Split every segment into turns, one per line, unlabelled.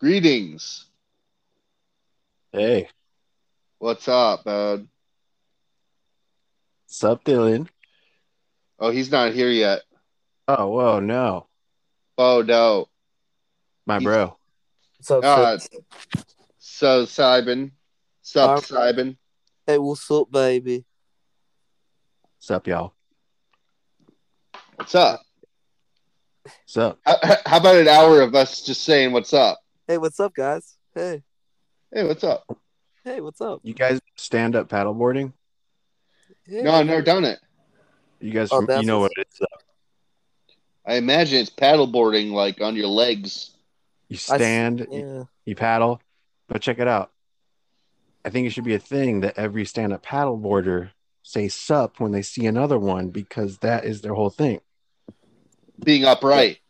Greetings.
Hey,
What's up, bud?
what's up, Dylan?
Oh, he's not here yet.
Oh, whoa, no,
Oh no.
my
He's-
bro.
What's up,
Uh,
folks?
So Simon. Sup,
Um,
Simon.
Hey, what's up, baby?
What's up, y'all?
What's up?
What's up?
How, how about an hour of us just saying what's up?
Hey, what's up, guys? Hey,
Hey, what's up?
hey, what's up?
You guys stand up paddleboarding?
Hey.
No, I've never done it.
You guys,
Oh,
you
that's
know what
what's-
it is. though.
I imagine it's paddleboarding like on your legs.
You
I s-
stand, you,
Yeah.
you paddle, but check it out. I think it should be a thing that every stand-up paddleboarder say "sup" when they see another one because that is their whole thing.
Being upright.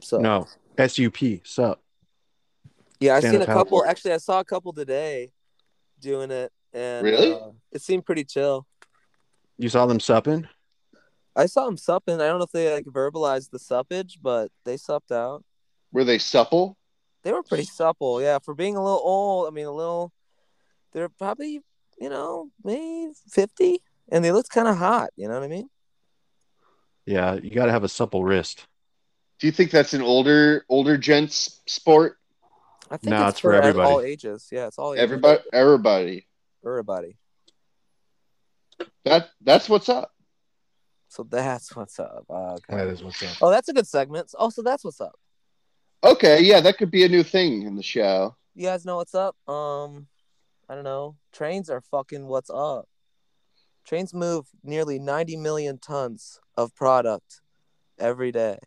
So
No, sup, sup.
yeah, I've seen a
stand-up paddle
couple.
board.
Actually, I saw a couple today doing it, and
Really?
uh, it seemed pretty chill.
You saw them supping?
I saw them supping. I don't know if they like verbalized the suppage, but they supped out.
Were they supple?
They were pretty supple, yeah. For being a little old, I mean, a little. They're probably you know maybe fifty, and they looked kind of hot. You know what I mean?
Yeah, you got to have a supple wrist.
Do you think that's an older older gents sport?
I think
No,
it's,
it's for
ev- all
everybody.
ages. Oh, Yeah, it's all ages.
Everybody everybody.
Everybody.
That that's what's up.
So that's what's up. Uh,
That is what's up.
oh, that's a good segment. Oh, so that's what's up.
Okay, yeah, that could be a new thing in the show.
You guys know what's up? Um, I don't know. Trains are fucking what's up. Trains move nearly 90 million tons of product every day.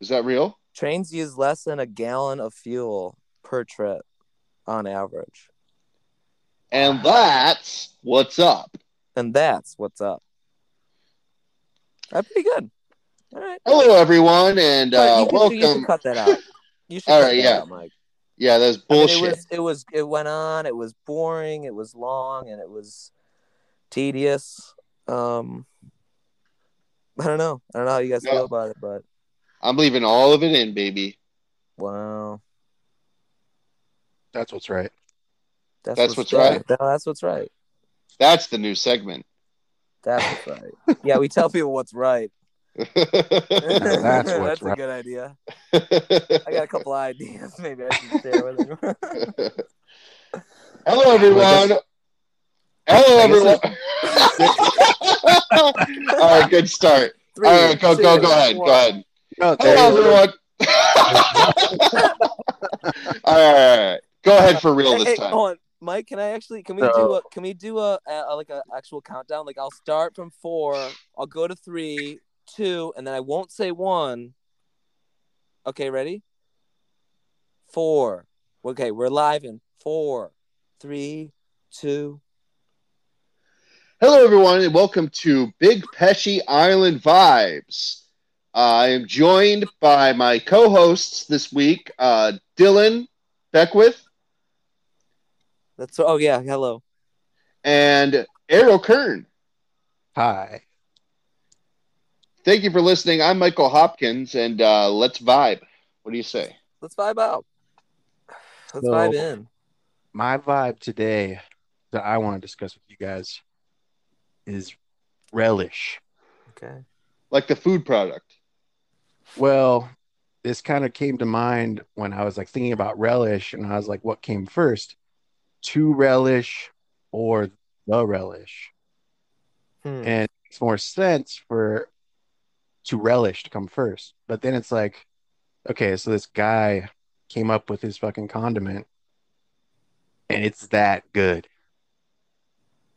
Is that real?
Trains use less than a gallon of fuel per trip on average.
And that's what's up.
And that's what's up. That's pretty good. All right.
Hello, everyone, and uh,
All right, you, can- you
welcome.
should cut that out. You should
All
cut
right,
that
yeah.
out, Mike.
Yeah, that's
I mean,
bullshit.
it was it was it went on. It was boring. It was long, and it was tedious. Um, I don't know. I don't know how you guys
No.
feel about it, but
I'm leaving all of it in, baby.
wow,
That's what's right.
That's what's
good. No, that's what's right.
That's the new segment.
That's what's right. yeah, we tell people what's right.
that's what's
a
right.
good idea. I got a couple ideas. Maybe I should share with them.
Hello, everyone. Hello, everyone. all right, good start.
Three,
All right, go, go,
two,
go ahead. Go
one.
ahead.
No, there
Hello,
you go.
everyone. all right, go ahead for real
Hey,
this
hey,
time.
hold on. Mike, can I actually can we
So-
do a can we do a, a like a actual countdown? Like I'll start from four, I'll go to three, two, and then I won't say one. Okay, ready? Four. Okay, we're live in four, three, two.
Hello, everyone, and welcome to Big Pesci Island Vibes. I am joined by my co hosts this week, uh, Dylan Beckwith
That's oh yeah, hello.
and Errol Kern.
Hi.
Thank you for listening. I'm Michael Hopkins, and uh, let's vibe. What do you say?
Let's vibe out. Let's
So-
vibe in.
my vibe today that I want to discuss with you guys is relish.
Okay.
Like the food product.
Well, this kind of came to mind when I was like thinking about relish and I was like, what came first? To relish or the relish?
Hmm.
And it makes more sense for to relish to come first. But then it's like, okay, so this guy came up with his fucking condiment and it's that good.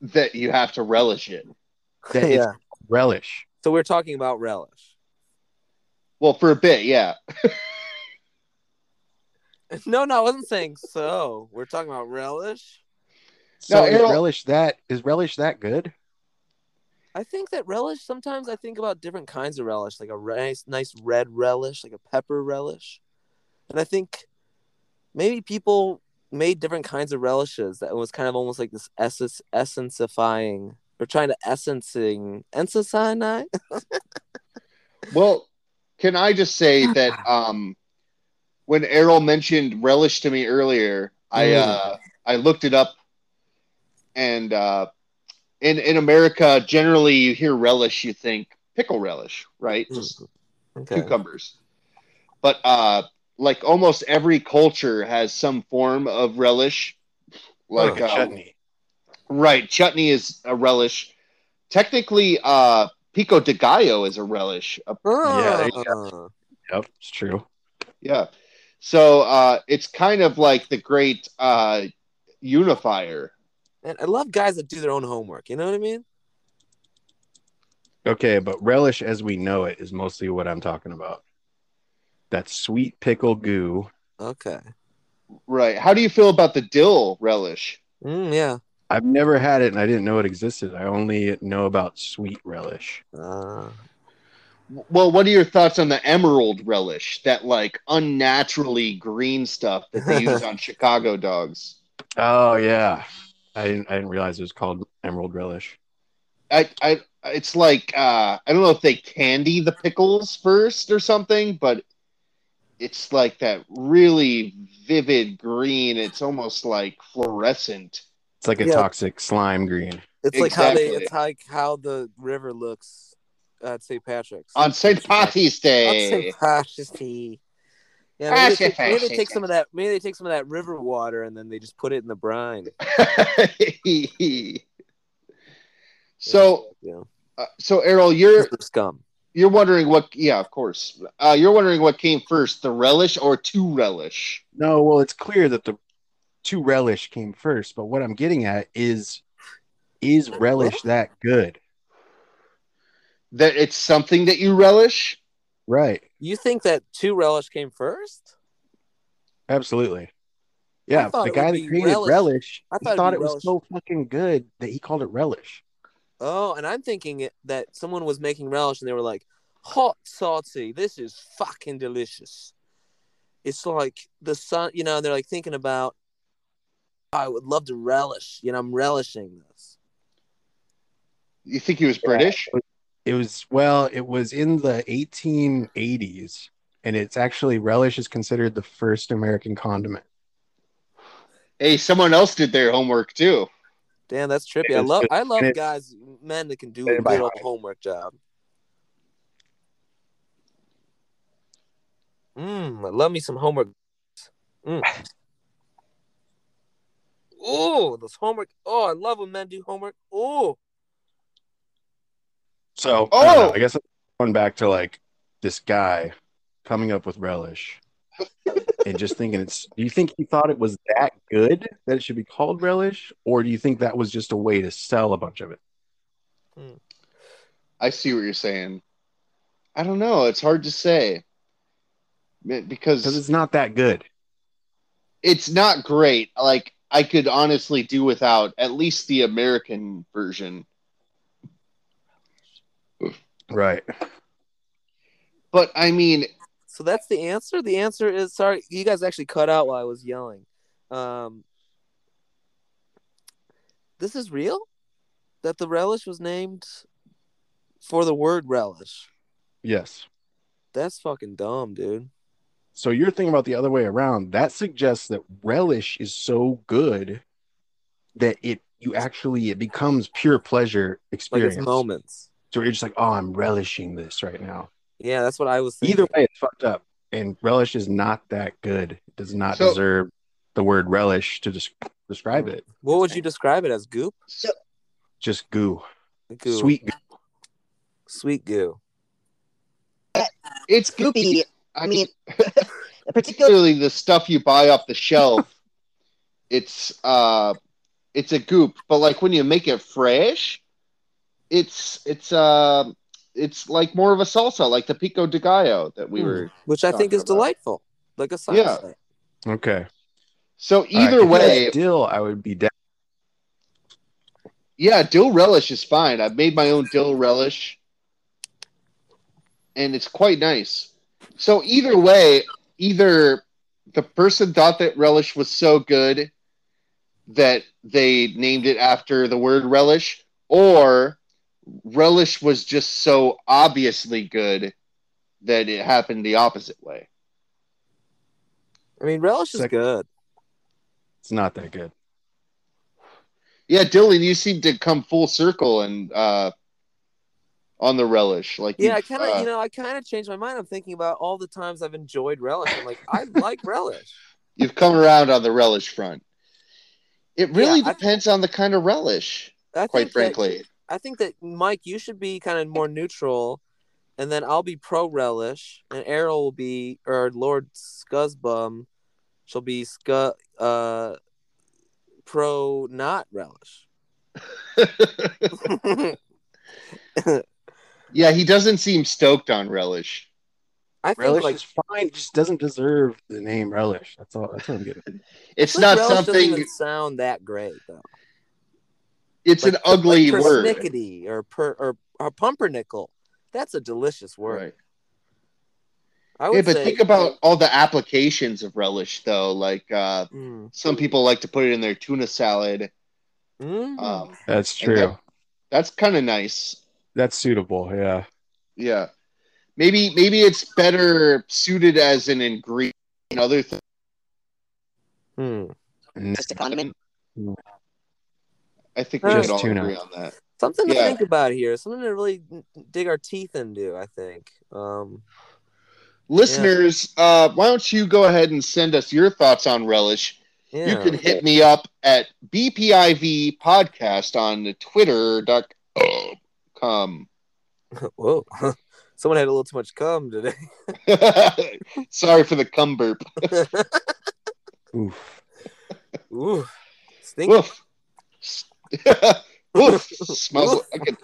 That you have to relish it.
That it's
yeah.
relish.
So we're talking about relish.
Well, for a bit, yeah.
No, no, I wasn't saying so. We're talking about relish.
So
No,
is
it'll-
relish that is relish that good?
I think that relish. Sometimes I think about different kinds of relish, like a re- nice, nice red relish, like a pepper relish, and I think maybe people made different kinds of relishes that was kind of almost like this essence essenceifying or trying to essencing essenceine.
Well, can I just say that um, when Errol mentioned relish to me earlier, I uh, I looked it up, and uh, in in America, generally you hear relish, you think pickle relish, right? Just
Okay.
cucumbers. But uh, like almost every culture has some form of relish, like
a
uh,
chutney.
Right, chutney is a relish. Technically, uh, pico de gallo is a relish. Uh,
Yeah, there you
Ah.
Yep, it's true.
yeah, so uh, it's kind of like the great uh, unifier.
Man, I love guys that do their own homework. You know what I mean?
Okay, but relish as we know it is mostly what I'm talking about. That sweet pickle goo.
Okay.
Right. How do you feel about the dill relish?
Mm, yeah.
I've never had it and I didn't know it existed. I only know about sweet relish.
Uh,
W- Well, what are your thoughts on the emerald relish? That like unnaturally green stuff that they use on Chicago dogs.
Oh yeah. I didn't I didn't realize it was called emerald relish.
I, I, it's like uh, I don't know if they candy the pickles first or something, but it's like that really vivid green. It's almost like fluorescent.
It's like a
Yeah.
toxic slime green.
it's like how they.
Exactly.
It's like how the river looks at St. Patrick's
On St. Patty's
On
Day,
St. Patrick's Day. Yeah, maybe they,
Patrick,
take, maybe they
Patrick.
take some of that. Maybe they take some of that river water and then they just put it in the brine.
so,
yeah,
uh, so Errol, you're
Some scum.
you're wondering what? Yeah, of course. Uh, you're wondering what came first, the relish or to relish?
No, well, it's clear that the two relish came first, but what I'm getting at is is relish that good?
That it's something that you relish.
Right.
You think that two relish came first?
Absolutely. Yeah,
I thought
the
it
guy
would
that
be
created relish,
relish. I
he
thought it'd
thought
be
it was
relish.
so fucking good that he called it relish.
Oh, and I'm thinking it, that someone was making relish and they were like, "Hot salty, this is fucking delicious." It's like the sun, you know. They're like thinking about, "I would love to relish," you know. I'm relishing this.
You think he was British?
It was well, it was in the 1880s, and it's actually relish is considered the first American condiment.
Hey, someone else did their homework too.
Damn, that's trippy.
It
I
is
love,
good.
I love
And it's-
guys, men that can do
Very
a good old
bionic.
homework job. Mmm, I love me some homework. Mm. Oh, those homework. Oh, I love when men do homework. Oh,
So I, don't know,
Oh!
I guess I'm going back to like this guy coming up with relish and just thinking it's do you think he thought it was that good that it should be called relish, or do you think that was just a way to sell a bunch of it?
I see what you're saying. I don't know. It's hard to say Be-
Because
because
it's not that good.
it's not great. Like I could honestly do without at least the American version.
Right.
But I mean,
so that's the answer. The answer is sorry, you guys actually cut out while I was yelling. Um, this is real. That the relish was named for the word relish.
Yes.
That's fucking dumb, dude.
So you're thinking about the other way around. That suggests that relish is so good that it you actually it becomes pure pleasure
Like
experience.
it's moments.
So you're just like, oh, I'm relishing this right now.
Yeah, that's what I was thinking.
Either way, it's fucked up. And relish is not that good. It does not
So-
deserve the word relish to des- describe it.
What would you describe it as? Goop?
so,
Just goo,
Goo.
sweet. Goo.
Sweet goo.
it's
Goopy.
I mean, particularly the stuff you buy off the shelf. it's uh, it's a goop. But like when you make it fresh, it's it's uh, it's like more of a salsa, like the pico de gallo that we
Hmm.
were.
Which I think
Talking
is
about it.
delightful. Like a side
Yeah.
effect.
Okay.
So
All right,
either
if it was
way,
dill, I would be down.
Yeah, dill relish is fine. I've made my own dill relish, and it's quite nice. So either way, either the person thought that relish was so good that they named it after the word relish, or relish was just so obviously good that it happened the opposite way.
I mean, relish is
Sick.
good.
It's not that good.
Yeah, Dylan, you seem to come full circle and uh, on the relish. Like,
Yeah, I
you've,
kind of,
uh,
you know, I kind of changed my mind. I'm thinking about all the times I've enjoyed relish. I'm like, I like relish.
you've come around on the relish front. It really
Yeah, I-
depends on the kind of relish,
I
quite
think that-
frankly.
I think that Mike, you should be kind of more neutral, and then I'll be pro relish, and Errol will be or Lord Scuzzbum, shall be scu- uh pro not relish.
yeah, he doesn't seem stoked on relish.
I think
Relish
like
is fine. It just doesn't deserve the name relish. That's all. That's what I'm getting.
It's
like,
not
relish doesn't
something.
even sound that great though.
It's
like-
an ugly
like
word.
persnickety or per or, or pumpernickel. That's a delicious word.
Right.
I
Yeah,
would
but
say,
think about all the applications of relish, though. Like uh,
Mm.
some people like to put it in their tuna salad.
Mm.
Um,
That's
And
true.
that- that's kind of nice.
That's suitable. Yeah.
Yeah, maybe maybe it's better suited as an ingredient. in Other thing,
Hmm.
And
Just a condiment.
I think we
Just
could all
tuna.
agree on that.
something to
Yeah.
think about here. Something to really n- dig our teeth into. I think. Um,
Listeners, uh, why don't you go ahead and send us your thoughts on relish?
yeah.
You can hit me up at BPIV podcast on the twitter.com.
Whoa. Someone had a little too much cum today.
Sorry for the cum burp.
Oof.
Ooh. Stink.
Woof. Woof. Smells. I, could,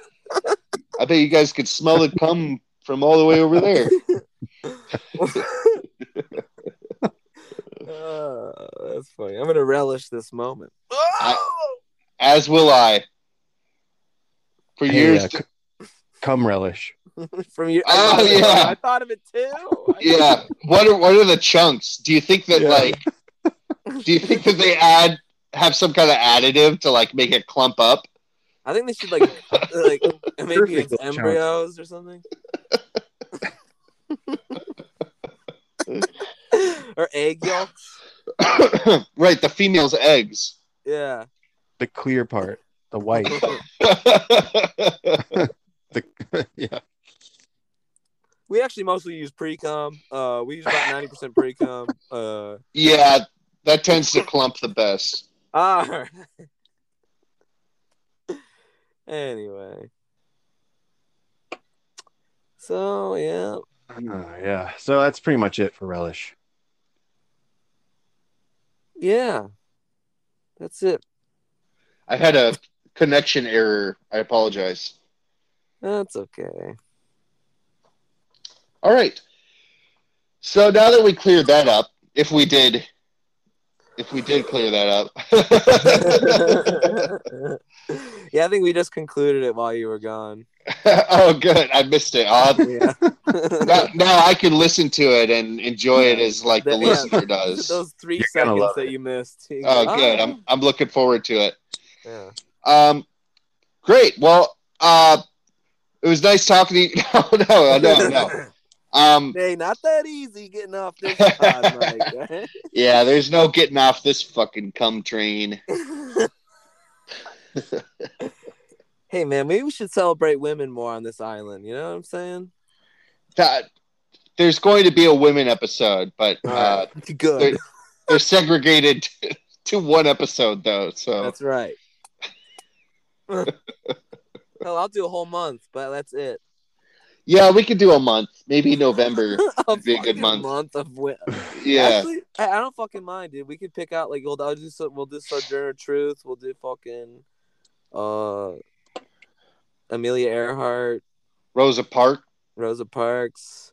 I bet you guys could smell it come from all the way over there.
Uh, that's funny. I'm gonna relish this moment.
As will I. For
Hey,
years.
uh,
to-
c- cum relish.
From you.
Oh,
I,
yeah.
I thought of it too.
yeah. What are what are the chunks? Do you think that
Yeah.
like do you think that they add have some kind of additive to like make it clump up?
I think they should like uh, like maybe
Perfect
it's
little chunk.
embryos or something. or egg yolks.
right, the female's eggs.
Yeah.
The clear part. The white. The yeah.
We actually mostly use pre-com. Uh, we use about ninety percent pre-com. Uh,
yeah, that tends to clump the best.
all right. anyway. So yeah,
Uh, yeah. So that's pretty much it for relish.
yeah, that's it.
I had a connection error. I apologize.
That's okay.
All right. So now that we cleared that up, if we did, if we did clear that up.
yeah, I think we just concluded it while you were gone.
oh, good. I missed it. I'll have-
Yeah.
now, now I can listen to it and enjoy it as like the
Yeah.
listener does.
Those 3
gonna
seconds
love
that
it.
you missed. You
Oh,
go,
good. I'm I'm looking forward to it.
Yeah.
Um, great. Well, uh, it was nice talking to you. No, no, Oh, no, no. Um,
Hey, not that easy getting off this pod, Mike.
yeah. There's no getting off this fucking cum train.
hey man, maybe we should celebrate women more on this island. You know what I'm saying?
That there's going to be a women episode, but
All
uh,
right. Good.
there- they're segregated to one episode though. So
That's right. Hell, I'll do a whole month, but that's it.
yeah, we could do a month, maybe November. It'd be a good
fucking
month.
of wi-
Yeah.
Actually, I, I don't fucking mind, dude. We could pick out like old. I'll do so, we'll do Sojourner Truth. We'll do fucking uh, Amelia Earhart,
Rosa Park.
Rosa Parks,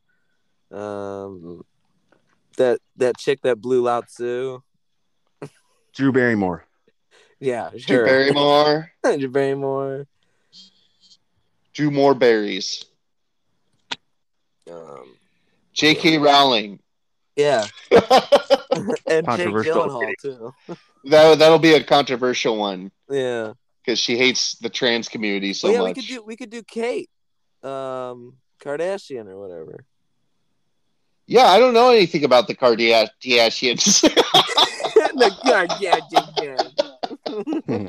um, that that chick that blew Lao Tzu.
Drew Barrymore.
Yeah,
Drew
sure.
Barrymore.
Drew Barrymore.
Drew More Berries.
Um,
J.K. Rowling.
yeah,
that
and Jake
Controversial.
Gyllenhaal too.
that'll be a controversial one
Yeah.
because she hates the trans community so
Well, Oh, yeah, we
much.
could do we could do Kate, um, Kardashian or whatever.
Yeah, I don't know anything about the Kardashians.
The guard- yeah, yeah,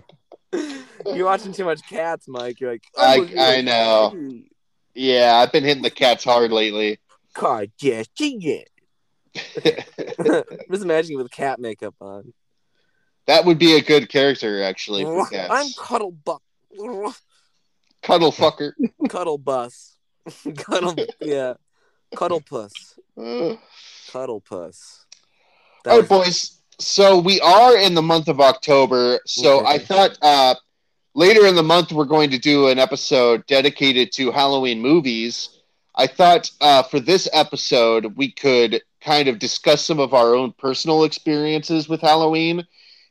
yeah. You're watching too much cats, Mike. You're like, oh,
I-
I'm looking
I
like-
know. yeah, I've been hitting the cats hard lately.
Kardashian. Just imagine you with cat makeup on.
That would be a good character, actually, for cats.
I'm Cuddle Buck.
Cuddle fucker.
Cuddle Bus. Cuddle, yeah. Cuddle Puss.
Ugh.
Cuddle Puss. That
All right,
was-
boys. So we are in the month of October. So
Okay.
I thought uh, later in the month we're going to do an episode dedicated to Halloween movies. I thought uh, for this episode we could kind of discuss some of our own personal experiences with Halloween,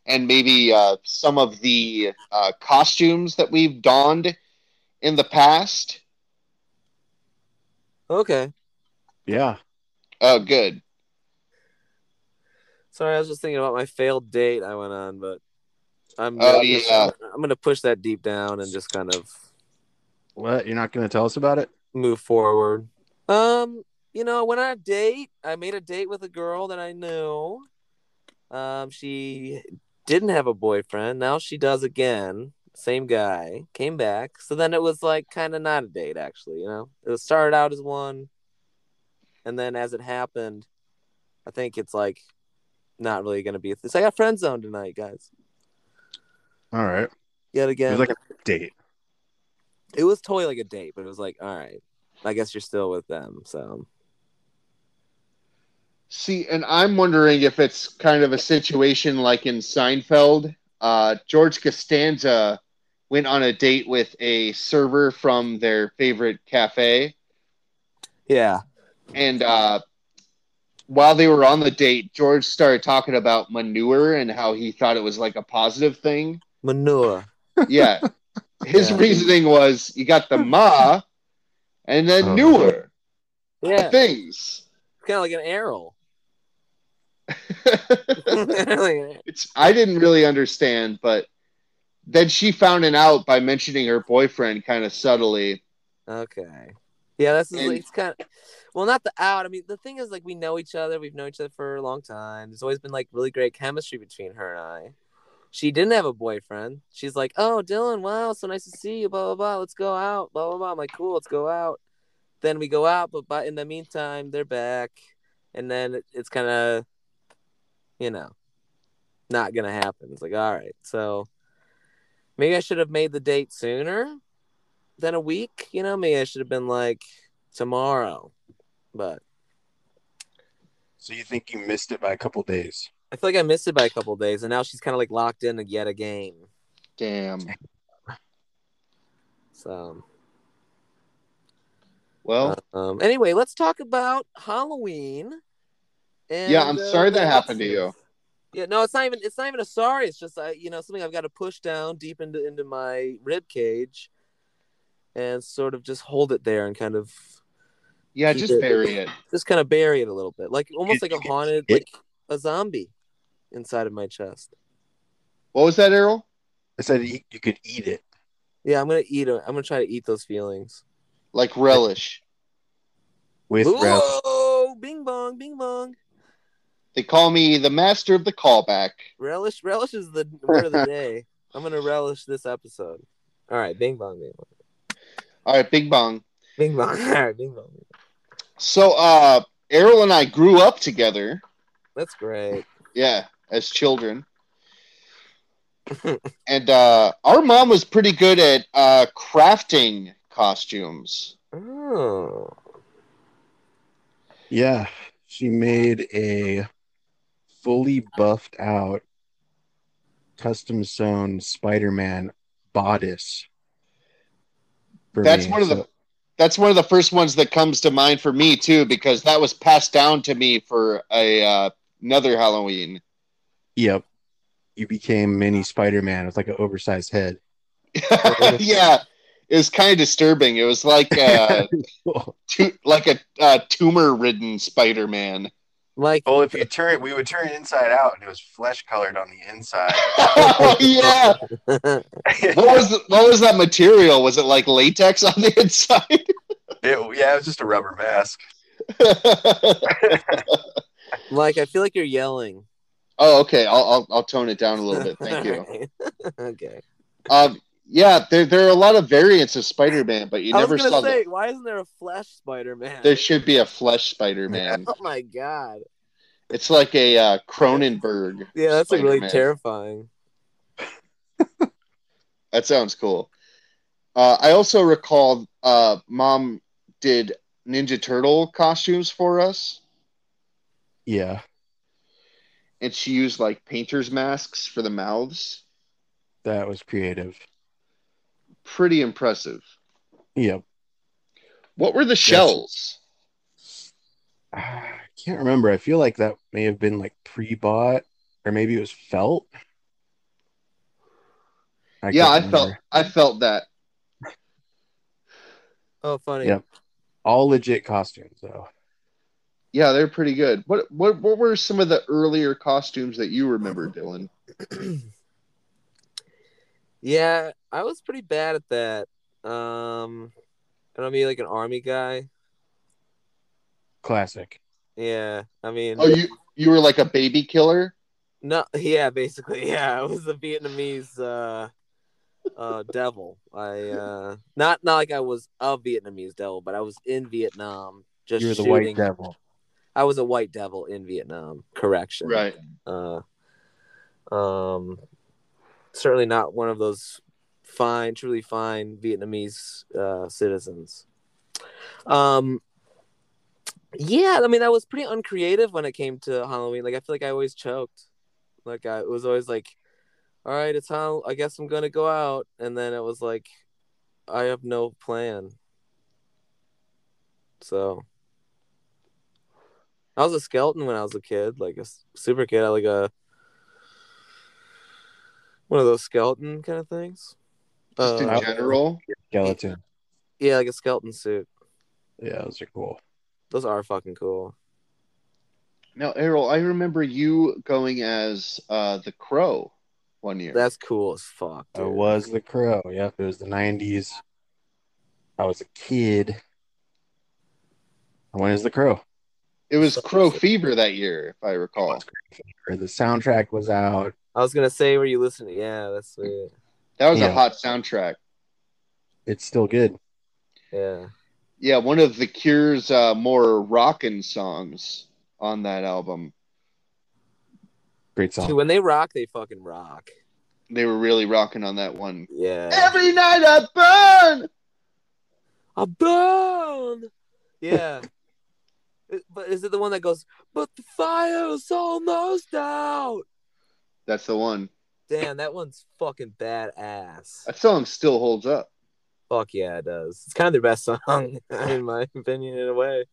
and maybe uh, some of the uh, costumes that we've donned in the past.
Okay.
Yeah.
Oh, good.
Sorry, I was just thinking about my failed date I went on, but I'm
Oh,
I'm just-
yeah.
I'm gonna push that deep down and just kind of
What? You're not going to tell us about it?
move forward. Um, you know, when I date, I made a date with a girl that I knew. Um, she didn't have a boyfriend. Now she does again. Same guy came back. So then it was like kind of not a date, actually. You know, it was started out as one, and then as it happened, I think it's like not really gonna be. A th- so I got friend zone tonight, guys.
All right.
Yet
It
again,
was like a date.
it was totally like a date, but it was like, all right, I guess you're still with them. So
See, and I'm wondering if it's kind of a situation like in Seinfeld. Uh, George Costanza went on a date with a server from their favorite cafe,
yeah,
and uh, while they were on the date, George started talking about manure and how he thought it was like a positive thing.
manure.
Yeah, his
Yeah.
reasoning was you got the ma, and then
Oh.
newer
Yeah, it's
things.
kind of like an arrow. Like,
it's I didn't really understand, but then she found it out by mentioning her boyfriend kind of subtly.
okay. Yeah, this is
And-
like, it's kind of well, not the out. I mean, the thing is, like, we know each other. We've known each other for a long time. There's always been like really great chemistry between her and I. She didn't have a boyfriend. She's like, "Oh, Dylan, wow, so nice to see you." Blah blah blah. Let's go out. Blah blah blah. I'm like, "Cool, let's go out." Then we go out, but but in the meantime, they're back, and then it, it's kind of, you know, not gonna happen. It's like, all right, so maybe I should have made the date sooner than a week. You know, maybe I should have been like tomorrow, but
So you think you missed it by a couple days?
I feel like I missed it by a couple of days, and now she's kind of like locked in yet again.
Damn.
So,
Well,
um, anyway, let's talk about Halloween. And, uh,
Yeah, I'm sorry
the
that happened to
costumes.
you.
Yeah, no, it's not even it's not even a sorry. It's just uh, you know something I've got to push down deep into into my rib cage, and sort of just hold it there and kind of
yeah,
keep
just
it-
bury it.
just kind of bury it a little bit, like almost like a haunted,
Yeah.
like a zombie inside of my chest.
What was that, Errol?
I said you, you could eat it.
Yeah, I'm gonna eat. i am I'm gonna try to eat those feelings.
Like relish.
with relish.
Whoa! Bing bong, bing bong.
They call me the master of the callback.
Relish, relish is the word of the day. I'm gonna relish this episode. All right, bing bong, bing bong,
All right, Big Bong.
bing bong. All right, bing bong.
So, uh, Errol and I grew up together.
That's great.
Yeah, as children. and uh, our mom was pretty good at uh, crafting costumes.
Oh,
Yeah, she made a fully buffed out, custom sewn Spider-Man bodice. for
That's
me,
one of the
so-
that's one of the first ones that comes to mind for me too, because that was passed down to me for a uh, another Halloween.
Yep, you became mini Spider-Man with like an oversized head.
yeah, it was kind of disturbing. It was like a tu- like a uh, tumor ridden Spider Man.
Mike.
Oh.
Well, if you turn it, we would turn it inside out, and it was flesh colored on the inside.
oh yeah, what was what was that material? Was it like latex on the inside?
It- yeah, it was just a rubber mask.
Like I feel like you're yelling.
oh, okay. I'll, I'll I'll tone it down a little bit. Thank you.
Alright. okay.
Um, yeah, there there are a lot of variants of Spider-Man, but you
I
never
was
saw
gonna
the
say, why isn't there a Flash Spider-Man?
There should be a flesh Spider-Man.
oh my god.
It's like a uh, Cronenberg.
Yeah, that's like, really
Spider-Man.
terrifying.
That sounds cool. Uh, I also recall uh, mom did Ninja Turtle costumes for us,
yeah.
and she used like painters masks for the mouths.
That was creative.
Pretty impressive.
Yep.
What were the shells?
Ah, I can't remember. I feel like that may have been like pre-bought or maybe it was felt. I
yeah,
can't
I
remember.
felt I felt that.
Oh, funny.
Yep. all legit costumes though.
Yeah, they're pretty good. What what what were some of the earlier costumes that you remember, Dylan?
yeah, I was pretty bad at that. Um, and I'll be like an army guy.
Classic.
Yeah, I mean,
Oh, you you were like a baby killer.
no, yeah, basically, yeah, I was the Vietnamese uh, uh, devil. I uh, not not like I was a Vietnamese devil, but I was in Vietnam just
You're the
shooting.
white devil.
I was a white devil in Vietnam. Correction. uh, um, certainly not one of those fine, truly fine Vietnamese uh, citizens. Um, yeah, I mean, I was pretty uncreative when it came to Halloween. Like, I feel like I always choked. Like, I it was always like, "All right, it's how I guess I'm gonna go out," and then it was like, "I have no plan." So. I was a skeleton when I was a kid, like a s- super kid, I like a one of those skeleton kind of things.
Just
Uh,
in general.
Skeleton.
yeah, like a skeleton suit.
Yeah, those are cool.
Those are fucking cool.
Now, Errol, I remember you going as uh, the Crow one year.
That's cool as fuck.
I
dude.
was the crow. Yep, it was the nineties. I was a kid. I went as the crow.
it was Crow Fever that year, if I recall.
The soundtrack was out.
I was gonna say where you listen to. Yeah, that's sweet.
That was a
Yeah.
hot soundtrack.
It's still good.
Yeah.
Yeah, one of the Cure's uh, more rockin' songs on that album.
Great
Dude,
song.
when they rock, they fucking rock.
They were really rocking on that one.
Yeah.
Every night I burn.
A burn. Yeah. It- but is it the one that goes? But the fire's almost out.
That's the one.
Damn, that one's fucking badass.
That song still holds up.
Fuck yeah, it does. It's kind of their best song, in my opinion, in a way.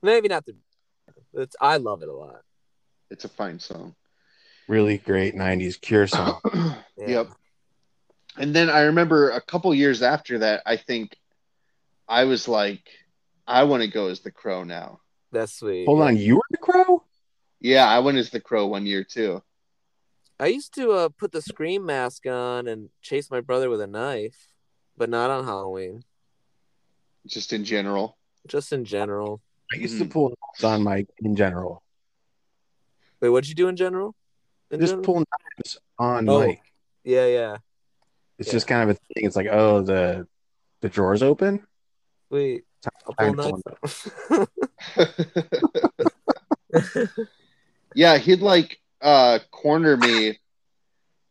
Maybe not the. It's I love it a lot.
It's a fine song.
Really great nineties cure song.
Yeah.
Yep. And then I remember a couple years after that, I think I was like, I want to go as the Crow now.
that's sweet.
Hold on, you were the crow?
Yeah, I went as the Crow one year too.
I used to uh, put the scream mask on and chase my brother with a knife, but not on Halloween.
just in general.
Just in general.
I used to
Mm-hmm.
pull knives on my in general.
Wait, what'd you do in general? In
Just
general?
pull knives on
Oh.
Mike.
Yeah, yeah.
It's just kind of a thing. It's like, oh, the the drawer's open.
Wait. I'll pull a
Time
knife.
yeah, he'd like uh, corner me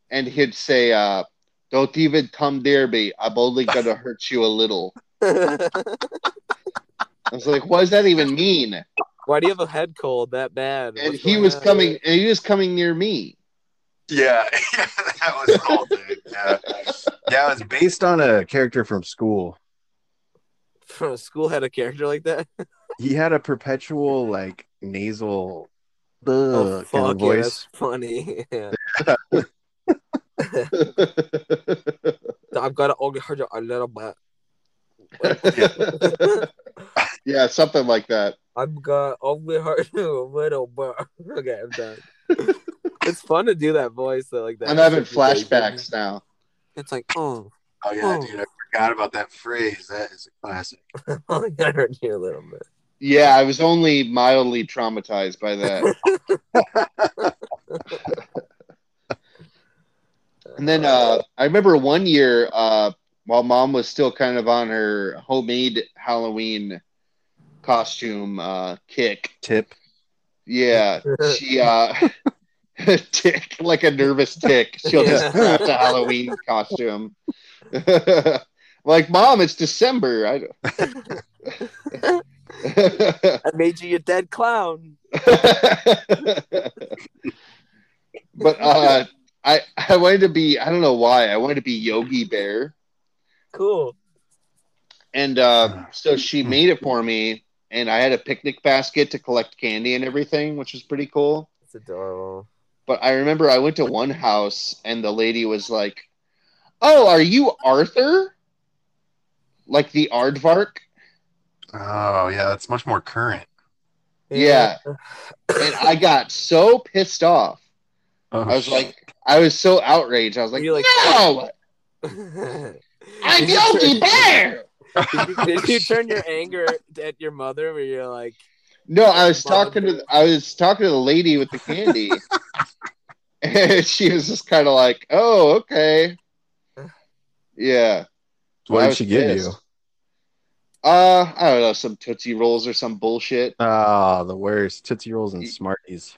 and he'd say, uh, Don't even come near me. I'm only going to hurt you a little. I was like, What does that even mean?
Why do you have a head cold that bad?
And
What's
he
going
was
on?
coming, and he was coming near me.
Yeah, yeah, that was cool, dude. Yeah, yeah, it was based on a character from school.
From school had a character like that.
Uh, He had a perpetual like nasal "Ugh,"
Oh, fuck
kind of
yeah,
voice.
that's funny. Yeah. I've got to only hurt you a little bit.
yeah, something like that.
I've got only hurt you a little bit. Okay, I'm done. it's fun to do that voice though, like that.
I'm having flashbacks now.
It's like, oh,
Oh
yeah, dude,
I forgot about that phrase. That is a classic.
Oh, I hurt you a little bit.
Yeah, I was only mildly traumatized by that. and then uh, I remember one year uh, while mom was still kind of on her homemade Halloween costume uh, kick.
Tip.
Yeah, she uh, tick like a nervous tick. She'll just
Yeah.
craft a Halloween costume. like, mom, it's December. I don't.
I made you a dead clown.
but uh, I I wanted to be I don't know why I wanted to be Yogi Bear,
Cool.
and uh, so she made it for me, and I had a picnic basket to collect candy and everything, which was pretty cool.
It's adorable.
But I remember I went to one house, and the lady was like, "Oh, are you Arthur? Like the aardvark?"
Oh yeah, that's much more current.
Yeah. And I got so pissed off.
Oh,
I was like, I was so outraged. I was like,
You're like-
"No, I'm
I'm
Yogi Bear."
Did you, did you turn your anger at your mother where you're like,
No, I was
Mama
talking
bear.
to I was talking to the lady with the candy, and she was just kind of like, "Oh, okay, yeah."
what
I
did
was
she give
pissed.
you?
Uh, I don't know, some tootsie rolls or some bullshit.
Ah, the worst tootsie rolls and
Y-
Smarties.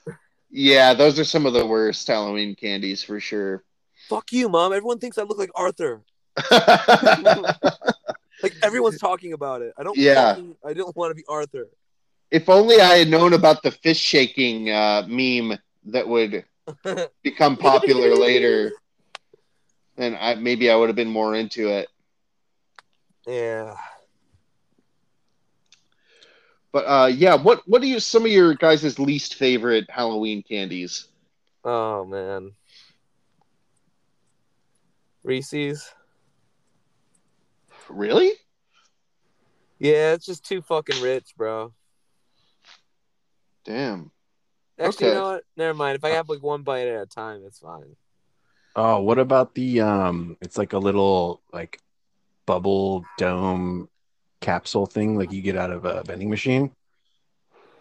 Yeah, those are some of the worst Halloween candies for sure.
fuck you, mom. Everyone thinks I look like Arthur. Like everyone's talking about it. I don't
Yeah.
fucking- I don't want to be Arthur.
if only I had known about the fish shaking uh, meme that would become popular later, then I maybe I would have been more into it.
Yeah.
But uh, yeah, what what are you some of your guys' least favorite Halloween candies?
Oh man. Reese's.
Really?
Yeah, it's just too fucking rich, bro.
Damn. Okay.
Actually,
Uh,
you know what? Never mind. If I have like one bite at a time, it's fine.
Oh, what about the um? It's like a little like bubble dome capsule thing, like you get out of a vending machine,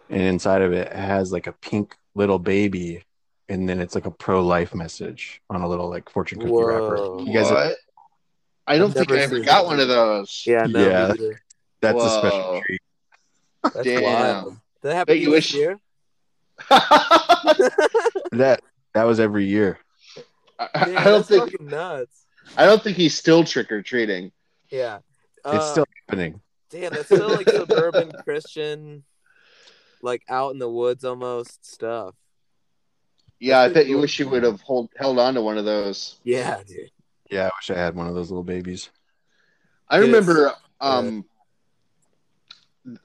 and inside of it has like a pink little baby, and then it's like a pro life message on a little like fortune cookie wrapper.
Whoa.
You guys,
What? I don't
I've
think
never
I ever
seen
got
that.
one of those.
Yeah, no, me
Yeah.
either.
that's a
Whoa.
special treat.
That's
Damn.
wild. Did that happen
Bet
to
you
you
wish-
this year?
I,
That that was every year.
I
Damn,
don't
that's
think
fucking nuts.
I don't think he's still trick or treating.
Yeah.
it's
Uh,
still happening.
Damn, that's still like suburban Christian, like out in the woods almost stuff.
Yeah, I
That's pretty
bet you
cool.
wish you would have hold, held on to one of those.
Yeah, dude.
Yeah, I wish I had one of those little babies.
I
Yes.
remember um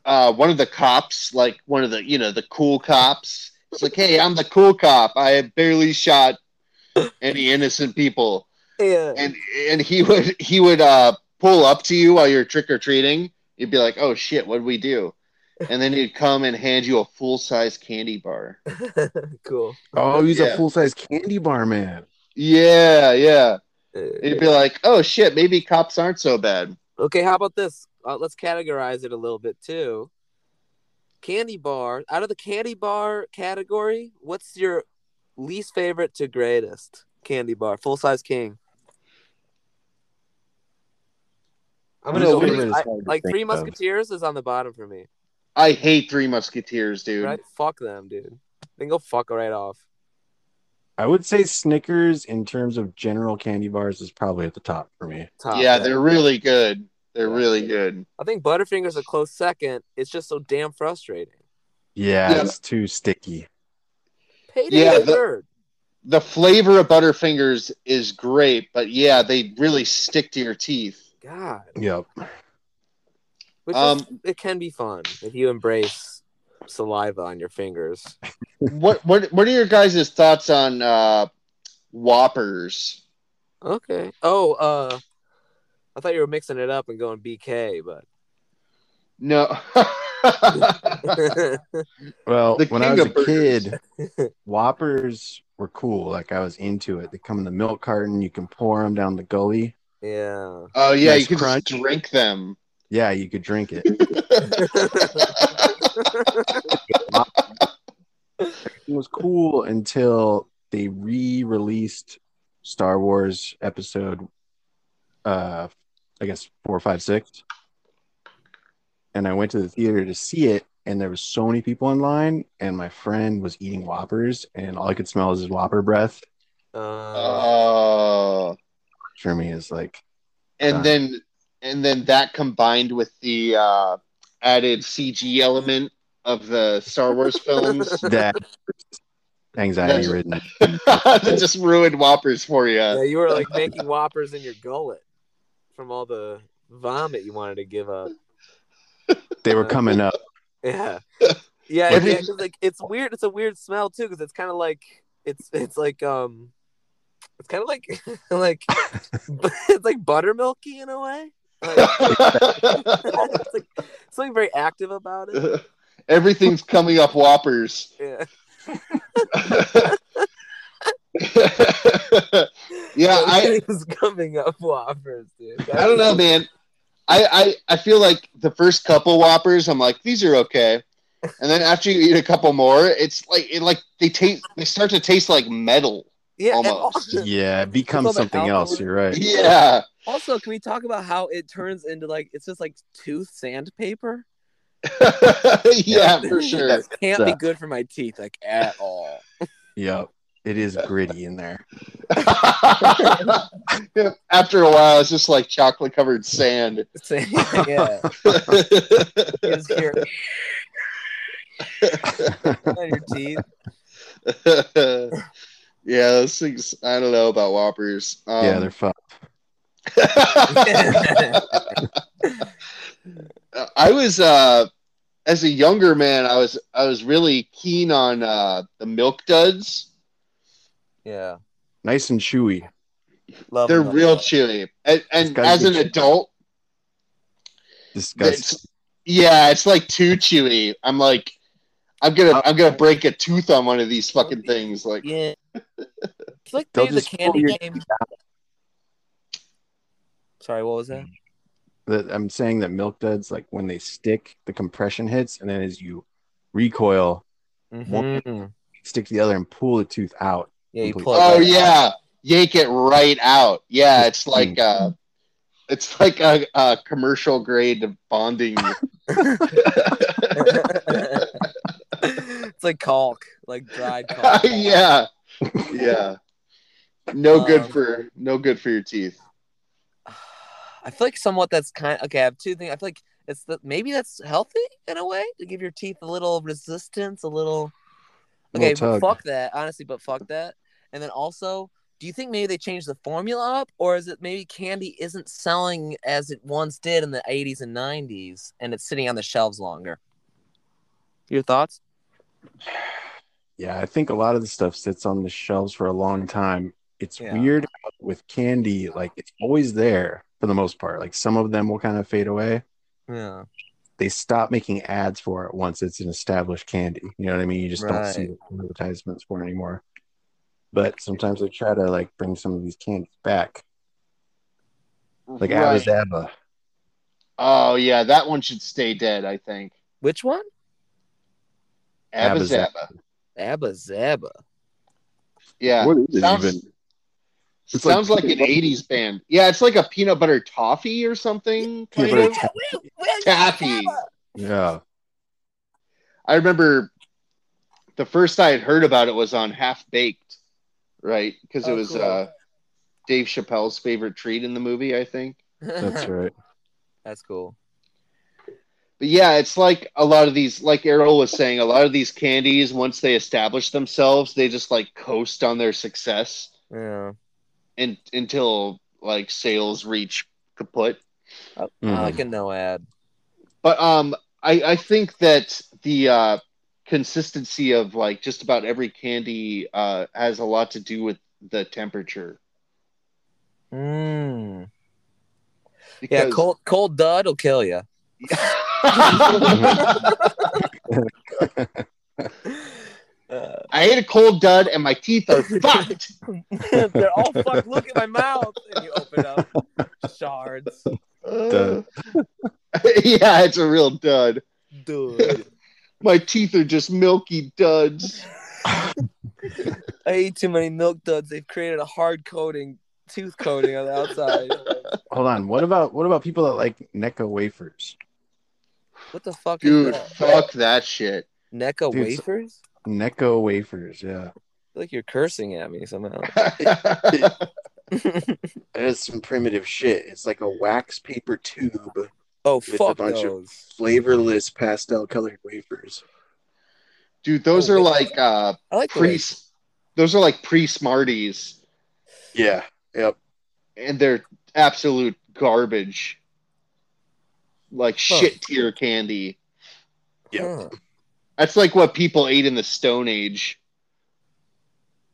uh one of the cops, like one of the you know, the cool cops. It's like, hey, I'm the cool cop. I have barely shot any innocent people.
Yeah.
and and he would he would uh pull up to you while you're trick or treating. You'd be like, "Oh shit, what'd we do?" And then he'd come and hand you a full size candy bar.
cool.
Oh, he's
Yeah.
a full size candy bar man.
Yeah, yeah.
Uh,
He'd be like, "Oh shit, maybe cops aren't so bad."
Okay, how about this? Uh, let's categorize it a little bit too. Candy bar. Out of the candy bar category, what's your least favorite to greatest candy bar? Full size king. I'm gonna
Least
lose.
favorite
is
I-
hard to
like
think
Three
of.
Musketeers is on the bottom for me.
I hate Three Musketeers, dude.
Right? Fuck them, dude. Then go fuck right off.
I would say Snickers in terms of general candy bars is probably at the top for me.
Top
yeah,
there.
they're really good. They're
Yeah.
really good.
I think Butterfinger's a close second. It's just so damn frustrating.
Yeah,
Yeah.
it's too sticky.
Payday
Yeah,
yeah,
the-
third.
The flavor of Butterfingers is great, but yeah, they really stick to your teeth.
God.
Yep.
Which is,
Um,
it can be fun if you embrace saliva on your fingers.
what what what are your guys' thoughts on uh, Whoppers?
Okay. Oh, uh I thought you were mixing it up and going BK, but
No.
yeah,
Well,
The
when
king
I was a
of burgers.
kid, Whoppers were cool. Like I was into it. They come in the milk carton. You can pour them down the gully.
yeah.
oh yeah,
Nice
you can
crunch.
just drink them.
Yeah, you could drink it. It was cool until they re-released Star Wars Episode, uh, I guess four, five, six, and I went to the theater to see it, and there was so many people in line, and my friend was eating Whoppers, and all I could smell was his Whopper breath.
Uh,
Oh,
For me, is like uh.
and then and then that combined with the uh, added CG element of the Star Wars films
that anxiety ridden.
that just ruined Whoppers for
yeah,
you.
you were like making whoppers in your gullet from all the vomit you wanted to give up.
They were coming up.
Yeah, yeah, yeah. 'cause, like it's weird. It's a weird smell too, because it's kind of like it's it's like um, it's kind of like like it's like buttermilky in a way. Like, it's like something very active about it.
Everything's coming up Whoppers.
Yeah,
yeah, I,
was coming up whoppers, dude.
I don't know, man. I, I I feel like the first couple whoppers, I'm like, these are okay. And then after you eat a couple more, it's like it like they taste they start to taste like metal.
Yeah, and
Almost.
also-
Yeah, it becomes
It's all
something
about
else.
alcohol.
You're right.
Yeah.
Also, can we talk about how it turns into like it's just like tooth sandpaper?
yeah, for sure.
That can't be
Yeah.
good for my teeth, like at all.
Yep, it is gritty in there.
after a while, it's just like chocolate covered sand.
So, yeah, you just hear it on your teeth.
yeah, those things I don't know about whoppers. Um,
yeah, they're fucked.
I was uh as a younger man, I was I was really keen on uh the milk duds.
yeah,
Nice and chewy.
love.
They're
them.
real chewy. And,
It's
and
gotta
as
be
an
chewy.
adult,
Disgusting.
it's, yeah, it's like too chewy. I'm like I'm gonna I'm gonna break a tooth on one of these fucking things. Like
Yeah, it's like
They'll
they're the
just pull
candy
your
game. Sorry, what was that?
that I'm saying that milk duds, like when they stick, the compression hits, and then as you recoil,
Mm-hmm.
Mhm.
stick to the other and pull the tooth out.
Yeah, you
Complete.
pull it
oh
right out.
yeah, yank it right out. Yeah, it's like uh it's like a, a commercial grade of bonding.
it's like caulk, like dried caulk.
Oh, yeah, yeah. No good
Um,
for no good for your teeth.
I feel like somewhat that's kind. okay, I have two things. I feel like it's the maybe that's healthy in a way to give your teeth a little resistance, a little.
A
Okay,
little
but
tug.
fuck that. Honestly, but fuck that. And then also, do you think maybe they changed the formula up, or is it maybe candy isn't selling as it once did in the '80s and '90s, and it's sitting on the shelves longer? Your thoughts?
Yeah, I think a lot of the stuff sits on the shelves for a long time. It's
Yeah.
weird with candy, like it's always there for the most part. Like some of them will kind of fade away.
Yeah.
They stop making ads for it once it's an established candy. You know what I mean? You just don't see advertisements for it anymore. But sometimes they try to like bring some of these candies back, like
Right.
Abba Dabba.
Oh yeah, that one should stay dead. I think.
Which one?
Abba
Abba Zab-
Zabba.
Abba Zaba.
Yeah.
What is it
Sounds,
even? It's like
sounds like, an '80s band. Yeah, it's like a peanut butter toffee or something. kind
Peanut butter
of.
toffee.
Taffy.
Yeah.
I remember the first I had heard about it was on Half Baked, right? Because it
Oh,
was
cool.
uh, Dave Chappelle's favorite treat in the movie, I think.
That's right.
That's cool.
But yeah, it's like a lot of these, like Errol was saying, a lot of these candies, once they establish themselves, they just like coast on their success
Yeah.
and, until like sales reach kaput.
I,
Mhm.
I like a no ad.
But um, I, I think that the uh, consistency of like just about every candy uh, has a lot to do with the temperature.
Mm. Yeah,
Because-
cold cold dud will kill you.
I ate a cold dud and my teeth are fucked.
they're all fucked. Look at my mouth, and you open up shards.
yeah, it's a real dud.
Dude,
My teeth are just milky duds.
I ate too many milk duds. They've created a hard coating, tooth coating on the outside.
Hold on. What about what about people that like Necco wafers?
What the fuck
Dude,
is that?
fuck that shit.
NECA
Dude, so-
wafers?
Necco wafers, yeah.
I feel like you're cursing at me somehow.
That is some primitive shit. It's like a wax paper tube,
oh
With a
fuck
bunch of-
those.
flavorless pastel colored wafers.
Dude, those
Oh,
are
wait.
like uh
I like the
pre
wafers.
those are like pre smarties
Yeah. Yep.
and they're absolute garbage. Like
Huh.
shit tier candy.
Yep.
Huh.
That's like what people ate in the Stone Age.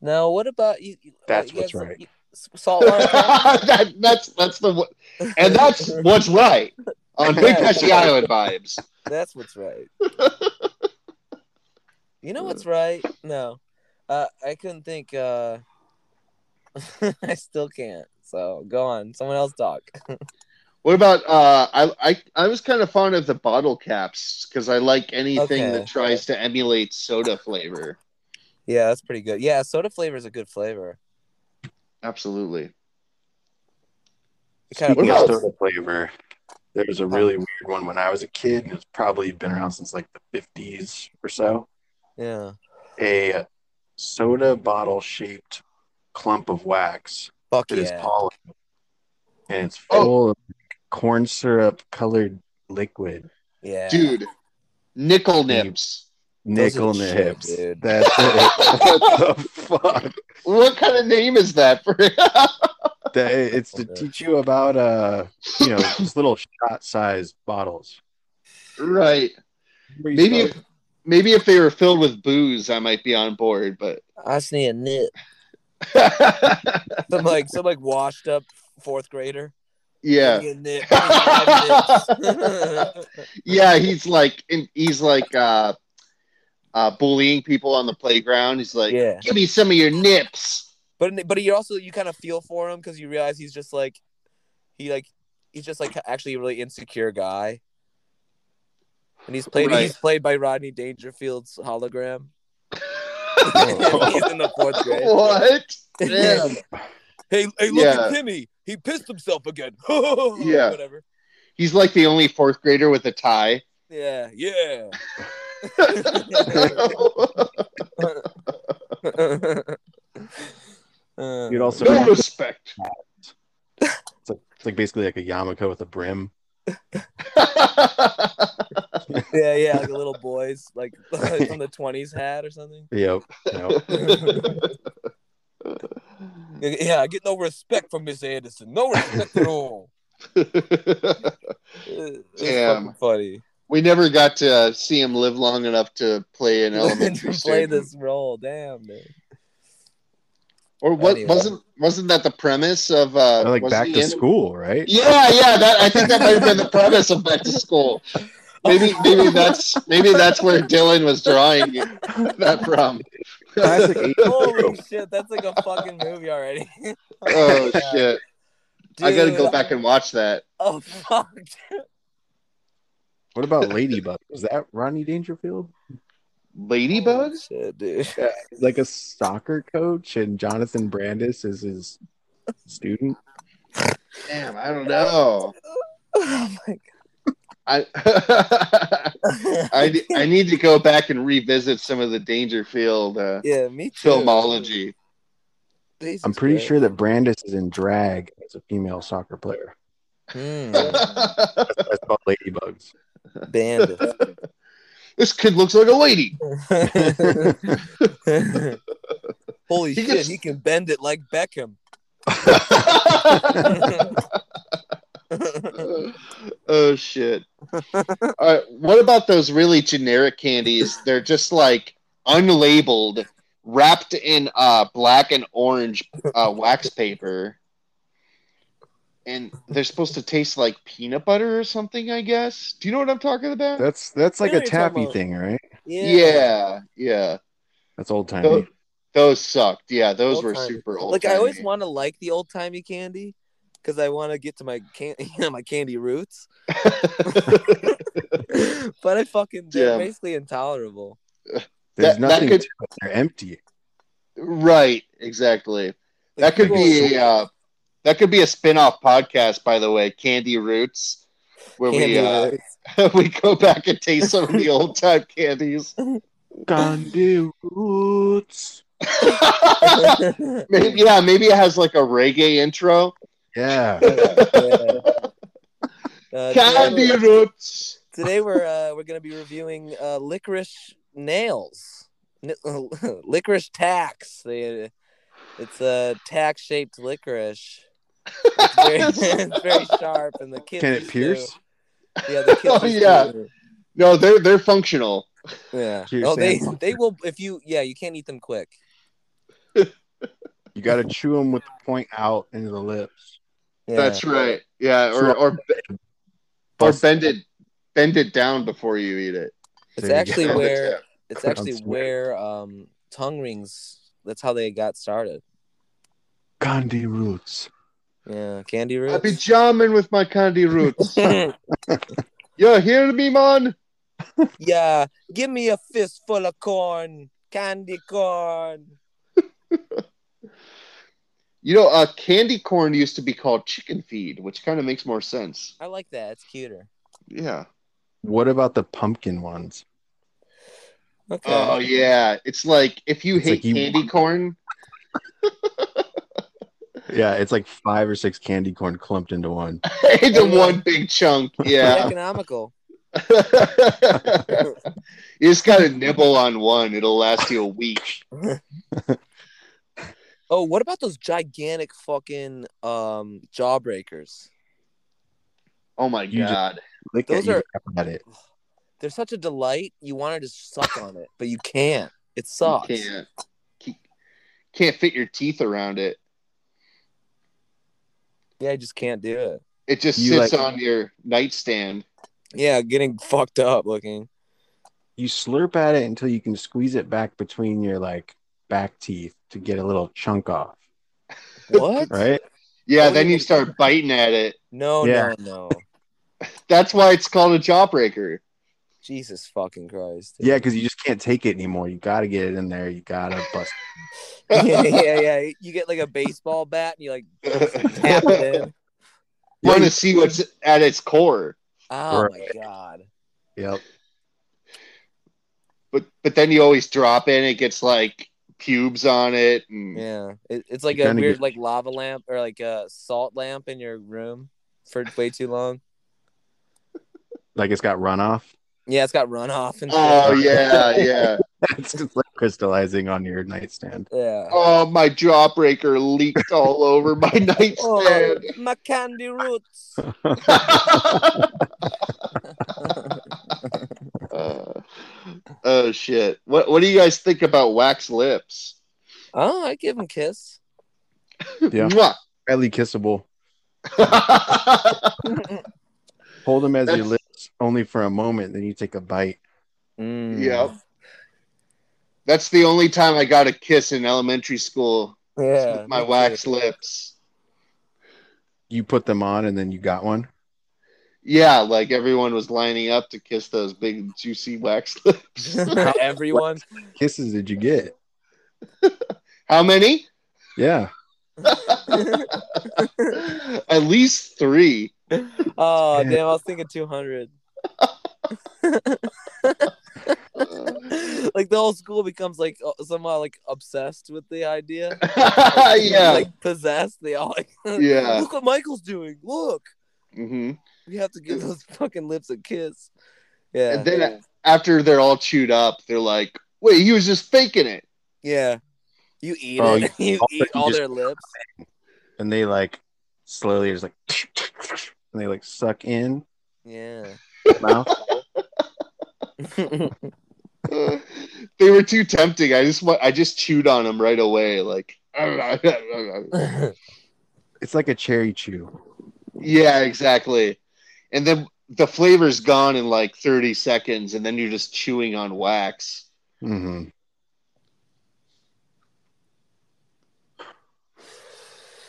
Now, what about you? you-
That's
you
what's
guys-
right.
you- salt water.
that, that's that's the one- and that's what's right on Big Pesci Island vibes.
That's what's right. you know what's right? No, uh, I couldn't think. Uh, I still can't. So go on. Someone else talk.
What about uh, I, I I was kind of fond of the bottle caps because I like anything
Okay.
that tries to emulate soda flavor.
yeah, that's pretty good. Yeah, soda flavor is a good flavor.
Absolutely.
It Uh-huh. kind
Speaking
What
of
about-
soda flavor, there was a really weird one when I was a kid, and it's probably been around since like the 50s or so.
yeah.
A soda bottle shaped clump of wax
Fuck
that
yeah.
is hollow, and it's full of corn syrup colored liquid.
yeah. Hmm.
Dude, nickel nips.
Those are
Nickel
the shit,
nips.
dude.
That's it. what the fuck?
What kind of name is that for
that it's to teach you about uh you know those little shot size bottles
Right. Maybe if, maybe if they were filled with booze, I might be on board, but
I just need a nip. Some like some like washed up fourth grader.
yeah.
Need a nip. I need five nips.
Yeah, he's like and he's like uh uh bullying people on the playground. He's like,
Yeah.
give me some of your nips.
But but he also you kind of feel for him because you realize he's just like he like he's just like actually a really insecure guy, and he's played
Right.
he's played by Rodney Dangerfield's hologram.
Oh.
he's in the fourth grade.
what? Damn.
Hey hey, look at Timmy. He pissed himself again. yeah. Whatever.
He's like the only fourth grader with a tie.
Yeah. Yeah.
no
Uh,
you'd also
respect.
it's, like, it's like basically like a yarmulke with a brim
yeah, yeah, like a little boy's like from the twenties hat or something.
yep yep.
Yeah, I get no respect from Miss Anderson. No respect at all. It- It's
Damn.
fucking funny.
we never got to see him live long enough to play an
to
elementary
play
student.
this role, damn dude.
Or what
Anyway.
wasn't wasn't that the premise of uh
like
wasn't
back
he
to
in-
school right
Yeah, yeah, that I think that might have been the premise of back to school. Maybe maybe that's maybe that's where Dylan was drawing that from.
Classic eight-
Holy shit, that's like a fucking movie already.
oh shit. I gotta go
Dude.
back and watch that.
Oh fuck.
what about ladybug was that ronnie dangerfield
Ladybug?
Holy Shit, dude.
like a soccer coach and jonathan brandis is his student
Damn, I don't know.
Oh my
I
god.
I ne- I need to go back and revisit some of the Dangerfield uh,
yeah, me too.
filmology.
Jesus
i'm pretty
Christ.
sure that brandis is in drag as a female soccer player
Hmm,
that's about ladybugs
bandits.
this kid looks like a lady.
Holy
He
shit,
gets-
he can bend it like Beckham.
oh shit! All right, what about those really generic candies? They're just like unlabeled, wrapped in uh, black and orange uh, wax paper, and they're supposed to taste like peanut butter or something. I guess. Do you know what I'm talking about?
That's that's like
I know
a
what you're talking
taffy
about.
thing, right?
yeah, yeah.
That's old timey.
Those, those sucked. Yeah, those were
Old-timey.
super old.
Like I always want to like the old timey candy, because I want to get to my can- you know, my candy roots. but I fucking they're
Yeah.
basically intolerable.
There's
That- that
nothing
could-
to it. They're empty.
right, exactly. That
Like,
could
people-
be a uh, that could be a spin-off podcast, by the way, Candy Roots, where we
candy
uh,
roots.
we go back and taste some of the old time candies.
Gandhi roots.
maybe yeah, maybe it has like a reggae intro.
Yeah.
Yeah. Uh,
Candy
today, we're-
Roots.
today we're uh, we're gonna be reviewing uh, licorice nails, N- licorice tacks. They, it's a tack shaped licorice. It's very, it's very sharp, and the kids
Can
used
it
to-
pierce?
Yeah, the kids.
Oh,
used to-
yeah. No, they're they're functional.
yeah.
Pierce
Oh, they
and-
they will if you yeah you can't eat them quick.
You got to chew them with the point out into the lips.
Yeah.
That's right. Yeah, or
Sure.
or be- or bend it bend it down before you eat it.
It's
There you
actually
go.
where it's
Put on
actually
sweat.
where um tongue rings. That's how they got started.
Gandhi roots.
Yeah, candy
I be
roots.
jamming with my candy roots. you hear me, man?
yeah, give me a fistful of corn, candy corn.
You know, uh, candy corn used to be called chicken feed, which kind of makes more sense.
I like that. It's cuter.
Yeah.
What about the pumpkin ones?
Okay.
Oh yeah, it's like if you
It's
hate
like you-
candy corn,
Yeah, it's like five or six candy corn clumped into one.
into
yeah.
one big chunk.
It's
Yeah.
economical.
you just gotta nibble on one; it'll last you a week.
Oh, what about those gigantic fucking um jawbreakers?
Oh my
You just-
god.
Look
Those
at,
are-
you at it.
They're such a delight. You want to just suck on it, but you can't. It sucks.
You can't keep- can't fit your teeth around it.
Yeah, I just can't do it.
It just
You,
sits
like-
on your nightstand.
Yeah, getting fucked up looking.
You slurp at it until you can squeeze it back between your like back teeth to get a little chunk off,
What?
right?
Yeah,
Oh,
then
yeah.
you start biting at it.
No,
Yeah.
no, no.
That's why it's called a jawbreaker.
Jesus fucking Christ.
Yeah, because you just can't take it anymore. You got to get it in there. You got to bust.
yeah, yeah, yeah. You get like a baseball bat and you like tap it in.
Want to see what's at its core,
Oh
Right.
my god.
Yep.
but but then you always drop in. It gets like pubes on it, and
Yeah. It, it's like
You
a
kinda
weird
get-
like lava lamp or like a salt lamp in your room for way too long.
Like it's got runoff.
Yeah, it's got runoff and shit.
oh yeah, yeah.
it's just like crystallizing on your nightstand.
yeah.
Oh, my jawbreaker leaked all over my
Oh,
nightstand.
my candy roots.
Uh, oh shit! What what do you guys think about wax lips?
oh, I give him kiss.
Yeah.
Mwah.
Highly kissable. Hold them as your
That's-
lips only for a moment, then you take a bite.
Mm.
yep. That's the only time I got a kiss in elementary school. was
Yeah.
with my
me too.
wax lips.
You put them on, and then you got one.
Yeah, like everyone was lining up to kiss those big juicy wax lips.
Everyone.
Kisses did you get?
How many?
Yeah.
At least three.
Oh
Yeah.
damn! I was thinking two hundred.
Uh,
like the whole school becomes like somehow like obsessed with the idea.
Uh, yeah.
like possessed. They all like,
Yeah.
Look what Michael's doing. Look,
hmm
we have to give those fucking lips a kiss. Yeah.
And then after they're all chewed up, they're like, wait, he was just faking it.
yeah. You eat
Oh,
it. You,
also
eat
you
all
just-
their lips.
And they like slowly just like, and they like suck in
Yeah.
mouth.
Uh, they were too tempting. I just want, I just chewed on them right away. Like,
It's like a cherry chew.
yeah, exactly. And then the flavor's gone in like 30 seconds, and then you're just chewing on wax.
Mm-hmm. hmm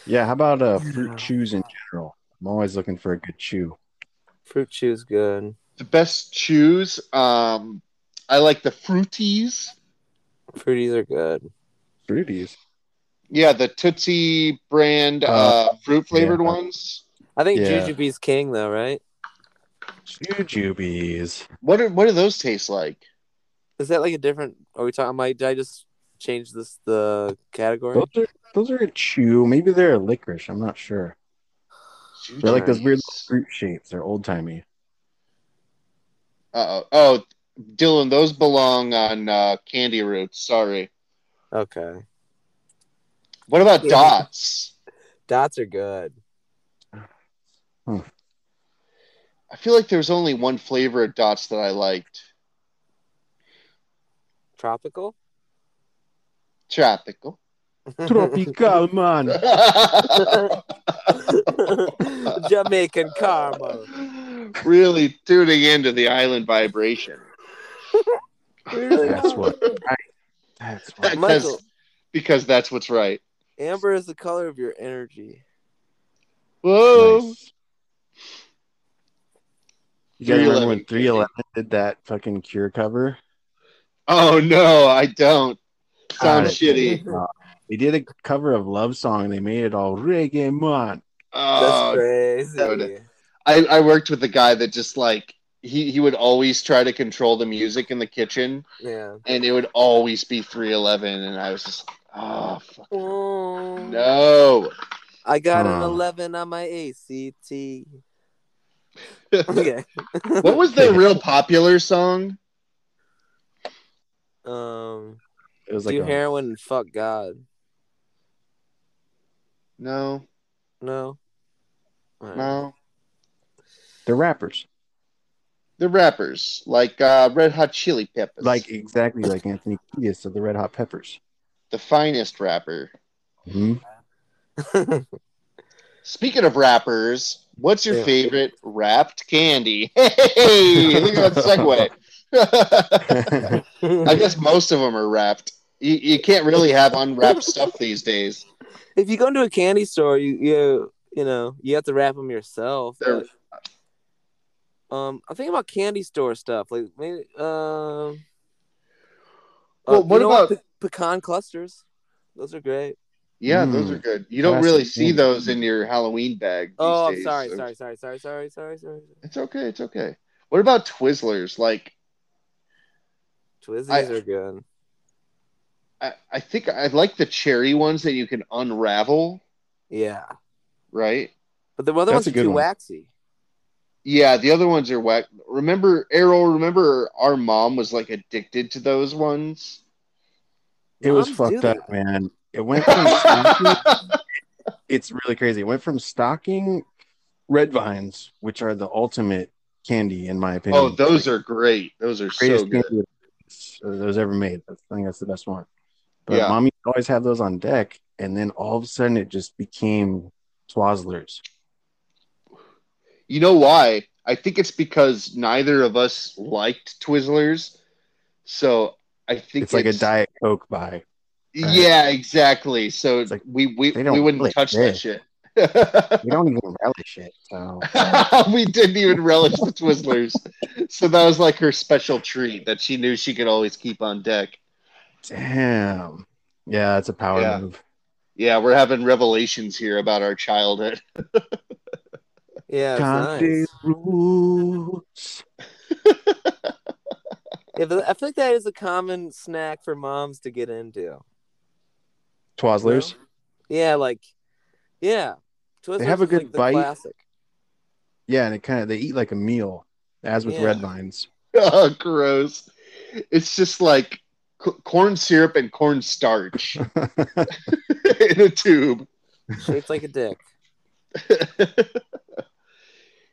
Yeah, how about uh,
Yeah.
fruit chews in general? I'm always looking for a good chew.
Fruit chew's good.
The best chews. Um, I like the fruities.
Fruities are good.
Fruities.
Yeah, the Tootsie brand uh,
Uh,
fruit flavored
yeah.
ones.
I think
Yeah.
Jujubee's king though, right?
Jujubes.
What are, what do those taste like?
Is that like a different? Are we talking? Am I, did I just change this the category?
Those are those are a chew. Maybe they're a licorice. I'm not sure. They're like those weird little fruit shapes. They're old timey.
Uh oh, Dylan, those belong on uh, candy roots. Sorry.
Okay,
What about
Yeah.
dots?
dots are good.
I feel like there's only one flavor of dots that I liked.
Tropical.
Tropical.
Tropical man.
Jamaican caramel.
really tuning into the island vibration.
We really
That's
are.
what. Right. That's what.
Because,
Michael.
because that's what's right.
Amber is the color of your energy.
Whoa.
Nice. You guys remember
311.
when 311 did that fucking Cure cover?
Oh no, I don't. Sounds
God.
shitty.
They did a cover of Love Song and they made it all reggae man.
Oh,
That's crazy.
dude. I, I worked with a guy that just like he, he would always try to control the music in the kitchen
Yeah.
and it would always be 311 and I was just like, oh fuck
No.
no.
I got an
Huh.
11 on my ACT. Okay.
what was their real popular song?
Um,
It was like
do
a-
heroin and fuck God.
No,
No. Alright.
no.
they're rappers.
The rappers, like uh, Red Hot Chili Peppers.
Like exactly like Anthony Kiedis of the Red Hot Peppers.
the finest rapper.
Mhm.
Speaking of rappers, what's your
Yeah.
favorite wrapped candy? Hey, look at that segue. I guess most of them are wrapped. You, you can't really have unwrapped stuff these days.
if you go into a candy store, you you you know you have to wrap them yourself.
They're-
but, um, I'm thinking about candy store stuff, like maybe um.
Well, what
you know
about-
Pe- pecan clusters? Those are great.
Yeah,
Mm.
those are good. You don't
Classic Hmm.
really see
candy.
those in your Halloween bag. these
Oh, I'm
days,
sorry,
so-
sorry, sorry, sorry, sorry, sorry, sorry.
It's okay. It's okay. What about Twizzlers? Like,
Twizzies
I-
are good.
I, I think I like the cherry ones that you can unravel,
Yeah,
right?
but the other
That's
ones
a
are
good
too
one.
waxy.
Yeah, the other ones are whack. Remember, Errol, remember our mom was like addicted to those ones?
It was
Moms
fucked
do
up,
that.
man. It went from stocking-
oh,
it's really crazy. It went from stocking red vines, which are the ultimate candy in my opinion.
Oh, those are great. Those are so
greatest
good.
candy that was ever made. That's- I think that's the best one. But
Yeah.
mommy would always have those on deck, and then all of a sudden it just became Twizzlers.
You know why? I think it's because neither of us liked Twizzlers. So I think
It's like a diet coke buy. right?
Yeah, exactly. So
It's like,
we we,
they don't
we wouldn't
really
touch that
exist.
shit.
We don't even relish it. So
we didn't even relish the Twizzlers. So that was like her special treat that she knew she could always keep on deck.
damn. Yeah, it's a power
Yeah.
move.
Yeah, we're having revelations here about our childhood.
Yeah, it's
Country
nice.
rules.
Yeah, but I feel like that is a common snack for moms to get into.
Twizzlers.
Yeah, like, yeah. Twizzlers
have a
is, like,
good
the
bite.
Classic.
Yeah, and it kind of they eat like a meal, as with
Yeah.
red vines.
oh, gross. It's just like c- corn syrup and corn starch in a tube.
shaped like a dick. At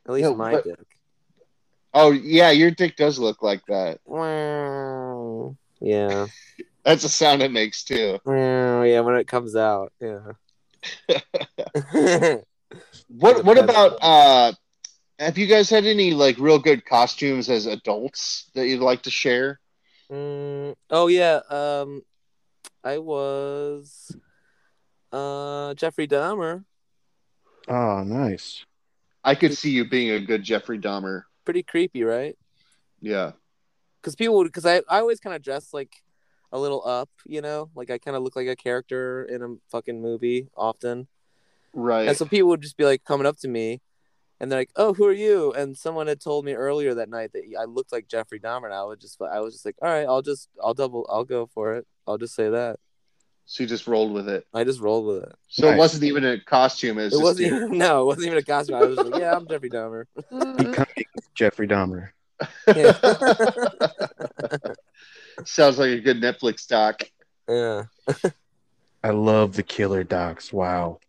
least
Yeah,
my
but-
dick.
oh, yeah, your dick does look like that.
Wow. Yeah.
That's a sound it makes too.
Wow, Yeah, when it comes out. Yeah.
What what about uh have you guys had any like real good costumes as adults that you'd like to share?
Mm, oh yeah. Um I was uh, Jeffrey Dahmer.
Oh, nice.
I could see you being a good Jeffrey Dahmer.
Pretty creepy, right?
Yeah.
because people would because I, I always kind of dress like a little up you know like i kind of look like a character in a fucking movie often
Right.
and so people would just be like coming up to me and they're like oh who are you and someone had told me earlier that night that i looked like jeffrey dahmer and i would just i was just like all right i'll just i'll double i'll go for it i'll just say that
so you just rolled with it.
i just rolled with it
So it
Nice.
wasn't even a costume. It was
it
just
wasn't even no it wasn't even a costume i was just like yeah i'm jeffrey dahmer
Becoming Jeffrey Dahmer.
Sounds like a good Netflix doc.
yeah
I love the killer docs. Wow.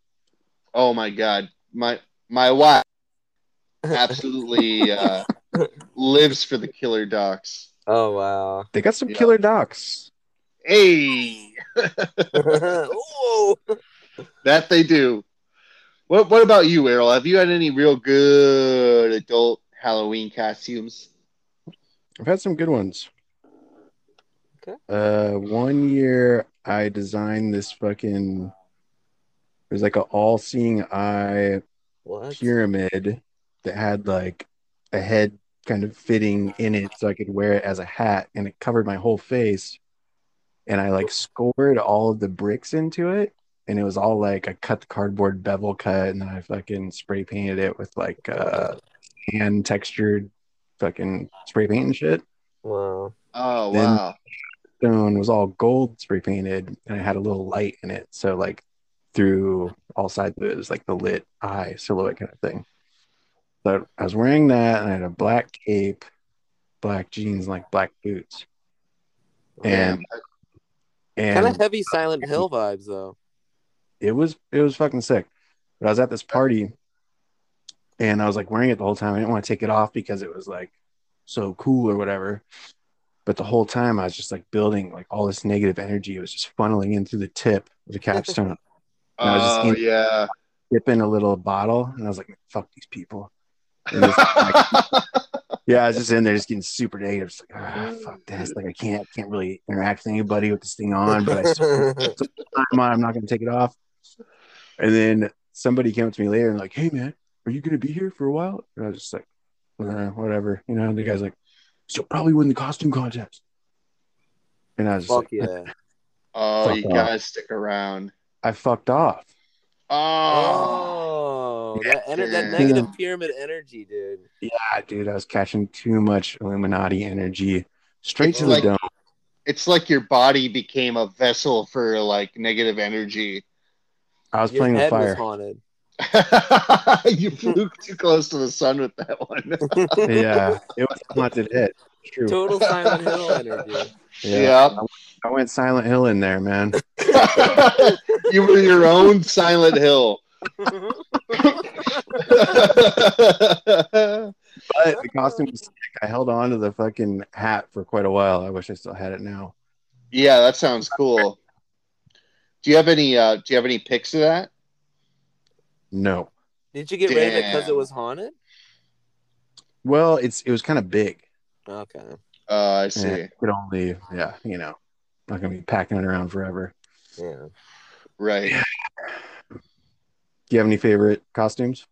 Oh my god, my my wife absolutely uh, lives for the killer docs.
oh wow
They got some
Yeah.
killer docs.
Hey,
Ooh.
that they do. What what about you, Errol? Have you had any real good adult Halloween costumes?
I've had some good ones.
Okay.
Uh, one year I designed this fucking. It was like a all-seeing eye
what
pyramid that had like a head kind of fitting in it, so I could wear it as a hat, and it covered my whole face. And I like scored all of the bricks into it, and it was all like I cut the cardboard bevel cut, and then I fucking spray painted it with like uh, hand textured fucking spray paint and shit
wow
Oh
Then-
wow,
stone was all gold spray painted and it had a little light in it. So like through all sides of it was like the lit eye silhouette kind of thing. But I was wearing that and I had a black cape, black jeans, and like black boots. And
kind of
and
heavy Silent Hill vibes though.
it was it was fucking sick. But I was at this party and I was like wearing it the whole time. I didn't want to take it off because it was like so cool or whatever. But the whole time I was just like building like all this negative energy. It was just funneling in through the tip of the capstone. I was just
oh
in-
yeah.
dipping a little bottle, and I was like, "Fuck these people." And it's like- yeah, I was just in there, just getting super negative. Just like, ah, fuck this. Like, I can't, can't really interact with anybody with this thing on, but I still I'm on. I'm not going to take it off. And then somebody came up to me later and like, "Hey, man, are you going to be here for a while?" And I was just like, "Uh, "Whatever," you know. And the guy's like, "So probably win the costume contest." And I was just
Fuck
like,
yeah.
oh,
Fuck
you
off.
gotta stick around.
"I fucked off."
Oh,
Oh, that, ener- that
Yeah.
negative pyramid energy, dude.
Yeah, Ah, dude, I was catching too much Illuminati energy straight
It's
to the
like-
dome.
it's like your body became a vessel for like negative energy.
I was
Your
playing with
head was
fire.
haunted.
you flew too close to the sun with that one.
yeah, it was a haunted hit. True.
Total Silent Hill energy.
Yeah.
I went Silent Hill in there, man.
you were your own Silent Hill.
But the costume was sick. I held on to the fucking hat for quite a while. I wish I still had it now.
yeah, that sounds cool. Do you have any? Uh, do you have any pics of that?
No.
Did you get rid of it because it
Damn.
was haunted?
Well, it's it was kind of big.
Okay.
Uh, I
and
see.
it could only, yeah, you know, not gonna be packing it around forever.
Yeah.
Right.
Do you have any favorite costumes?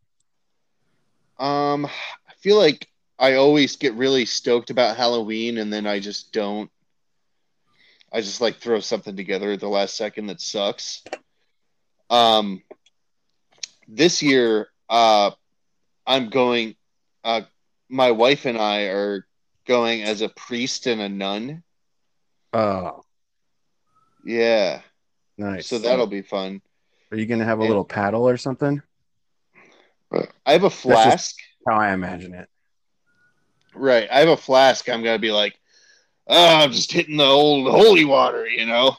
Um, I feel like I always get really stoked about Halloween, and then I just don't. I just like throw something together at the last second that sucks. Um, this year, uh, I'm going. Uh, my wife and I are going as a priest and a nun.
Oh,
Yeah,
nice.
so that'll be fun.
Are you gonna have a little paddle or something?
I have a flask.
How I imagine it.
Right. I have a flask. I'm gonna be like, oh, I'm just hitting the old holy water, you know.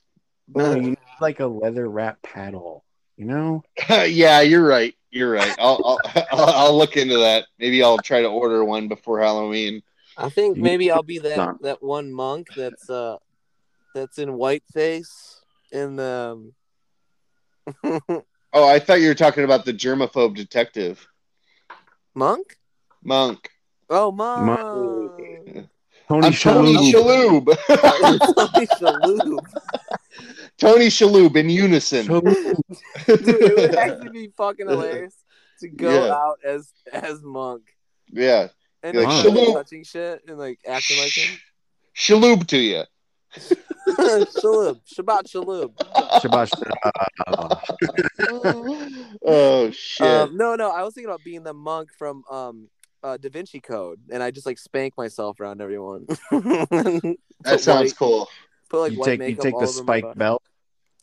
No, you need like a leather wrap paddle. You know,
yeah, you're right. You're right. I'll, I'll I'll I'll look into that. Maybe I'll try to order one before Halloween.
I think
You-
maybe I'll be that
Nah.
that one monk that's uh that's in whiteface in the um,
Oh, I thought you were talking about the germaphobe detective
monk.
monk.
Oh, monk.
Monk.
Tony
I'm Tony
Shalhoub.
Shalhoub.
Tony Shalhoub.
Tony Shalhoub in unison.
Shalhoub.
Dude, it would actually be fucking hilarious to go
Yeah.
out as as Monk
yeah.
and
You're
like,
like,
start
"Shalom."
touching shit and like acting like him.
Shalhoub to you.
Shalub, Shabbat Shalub.
Shabbat Shalhoub. Uh,
oh shit.
Um, no, no, I was thinking about being the monk from um, uh, Da Vinci Code, and I just like spank myself around everyone.
that sounds cool.
Put like
you
white
take you
makeup
take
all
the
over my
spike
body.
belt,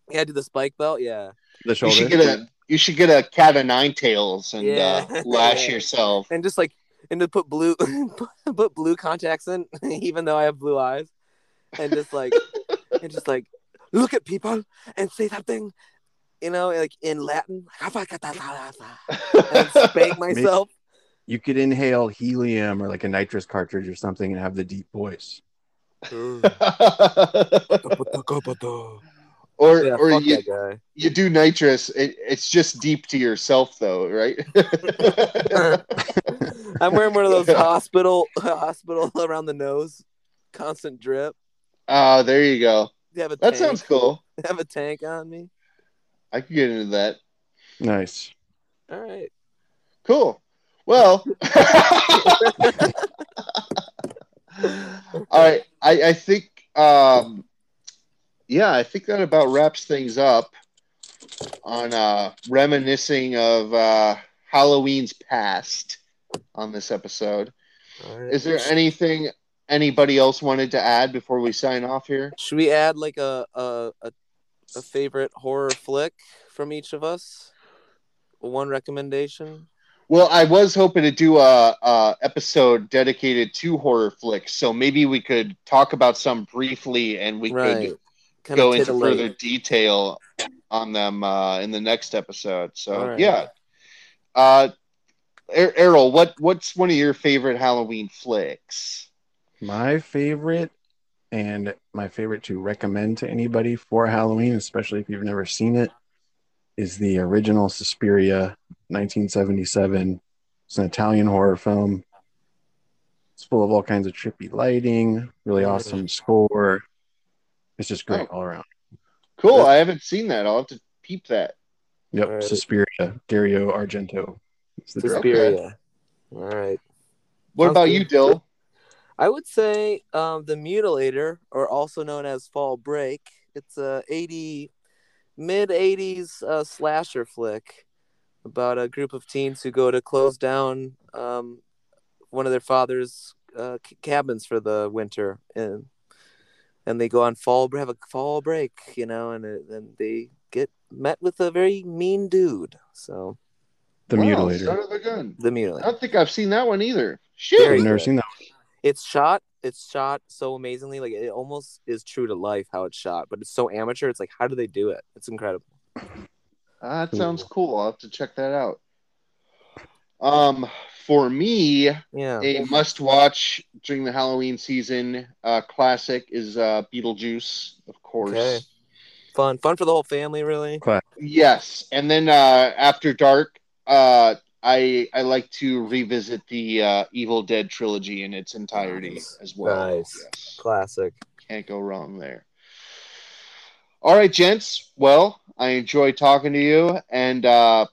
Yeah, do the spike belt. Yeah,
the
You
shoulder.
should get a you should get a cat of nine tails and
Yeah.
uh, lash
Yeah.
yourself.
and just like and to put blue put blue contacts in, even though I have blue eyes, and just like and just like look at people and say something, you know, like in Latin, and spank myself.
you could inhale helium or like a nitrous cartridge or something and have the deep voice.
or
Yeah,
or
fuck
you,
that guy.
you do nitrous. It, it's just deep to yourself though, right?
I'm wearing one of those hospital hospital around the nose, constant drip.
Ah, there you go.
You have a
That
tank,
sounds cool.
have a tank on me.
I could get into that.
Nice.
All right.
Cool. Well, all right. I, I think, um, yeah, I think that about wraps things up on uh, reminiscing of uh, Halloween's past on this episode.
All right.
Is there anything anybody else wanted to add before we sign off here?
Should we add like a a, a a favorite horror flick from each of us? One recommendation.
Well, I was hoping to do a, a episode dedicated to horror flicks, so maybe we could talk about some briefly, and we
right.
could
Kinda
go into
titillate.
further detail on them uh, in the next episode. So
All right.
yeah, uh, er- Errol, what what's one of your favorite Halloween flicks?
My favorite and my favorite to recommend to anybody for Halloween, especially if you've never seen it, is the original Suspiria 1977. It's an Italian horror film. It's full of all kinds of trippy lighting, really
Mm.
awesome score. It's just great
Oh.
all around.
Cool,
That's-
I haven't seen that. I'll have to peep that.
Yep,
All right.
Suspiria, Dario Argento. is the director.
Suspiria. All right.
What
Sounds
about
good.
you, Dill?
I would say um, the Mutilator, or also known as Fall Break. It's a eighty mid eighties uh, slasher flick about a group of teens who go to close down um, one of their father's uh, c- cabins for the winter, and and they go on fall have a fall break, you know, and it- and they get met with a very mean dude. So
The
Wow, Son
Mutilator.
of a gun.
the
I
Mutilator.
don't think I've seen that one either.
I've
Very
Shit.
never
good.
seen that.
it's shot it's shot so amazingly like it almost is true to life how it's shot but it's so amateur it's like how do they do it it's incredible
Ah, that sounds cool. I'll have to check that out. Um, for me,
yeah
a must watch during the Halloween season uh, classic is uh, Beetlejuice, of course.
Okay. fun fun for the whole family really
Yes, and then uh, after dark, uh, I I like to revisit the uh, Evil Dead trilogy in its entirety
Nice.
as well.
Nice.
Yes.
classic
Can't go wrong there. All right, gents. Well, I enjoy talking to you and uh,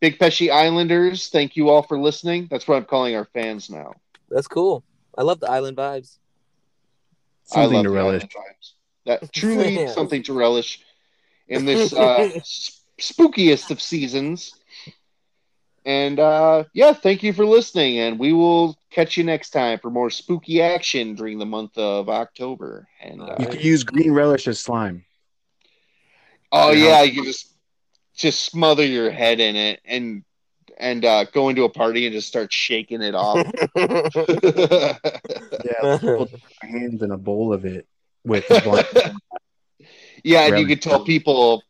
Big Pesci Islanders. Thank you all for listening. That's what I'm calling our fans now.
that's cool i love the island vibes
Something to
the
relish.
island vibes. That truly
Yeah.
something to relish in this uh, s- spookiest of seasons. And uh, yeah, thank you for listening, and we will catch you next time for more spooky action during the month of October. And uh,
You could use green relish as slime.
oh yeah, you just just smother your head in it and and uh, go into a party and just start shaking it off.
Yeah, put our hands in a bowl of it with the blanket.
yeah, and you
Relish.
could tell people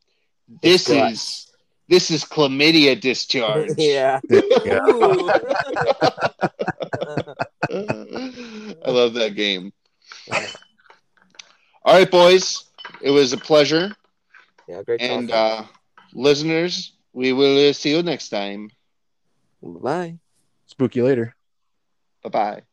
this
Disgust.
is this is chlamydia discharge.
yeah
Yeah.
Ooh.
I love that game. All right, boys, it was a pleasure,
yeah great
and
and
uh, listeners, we will see you next time.
bye
Spook you later.
Bye bye.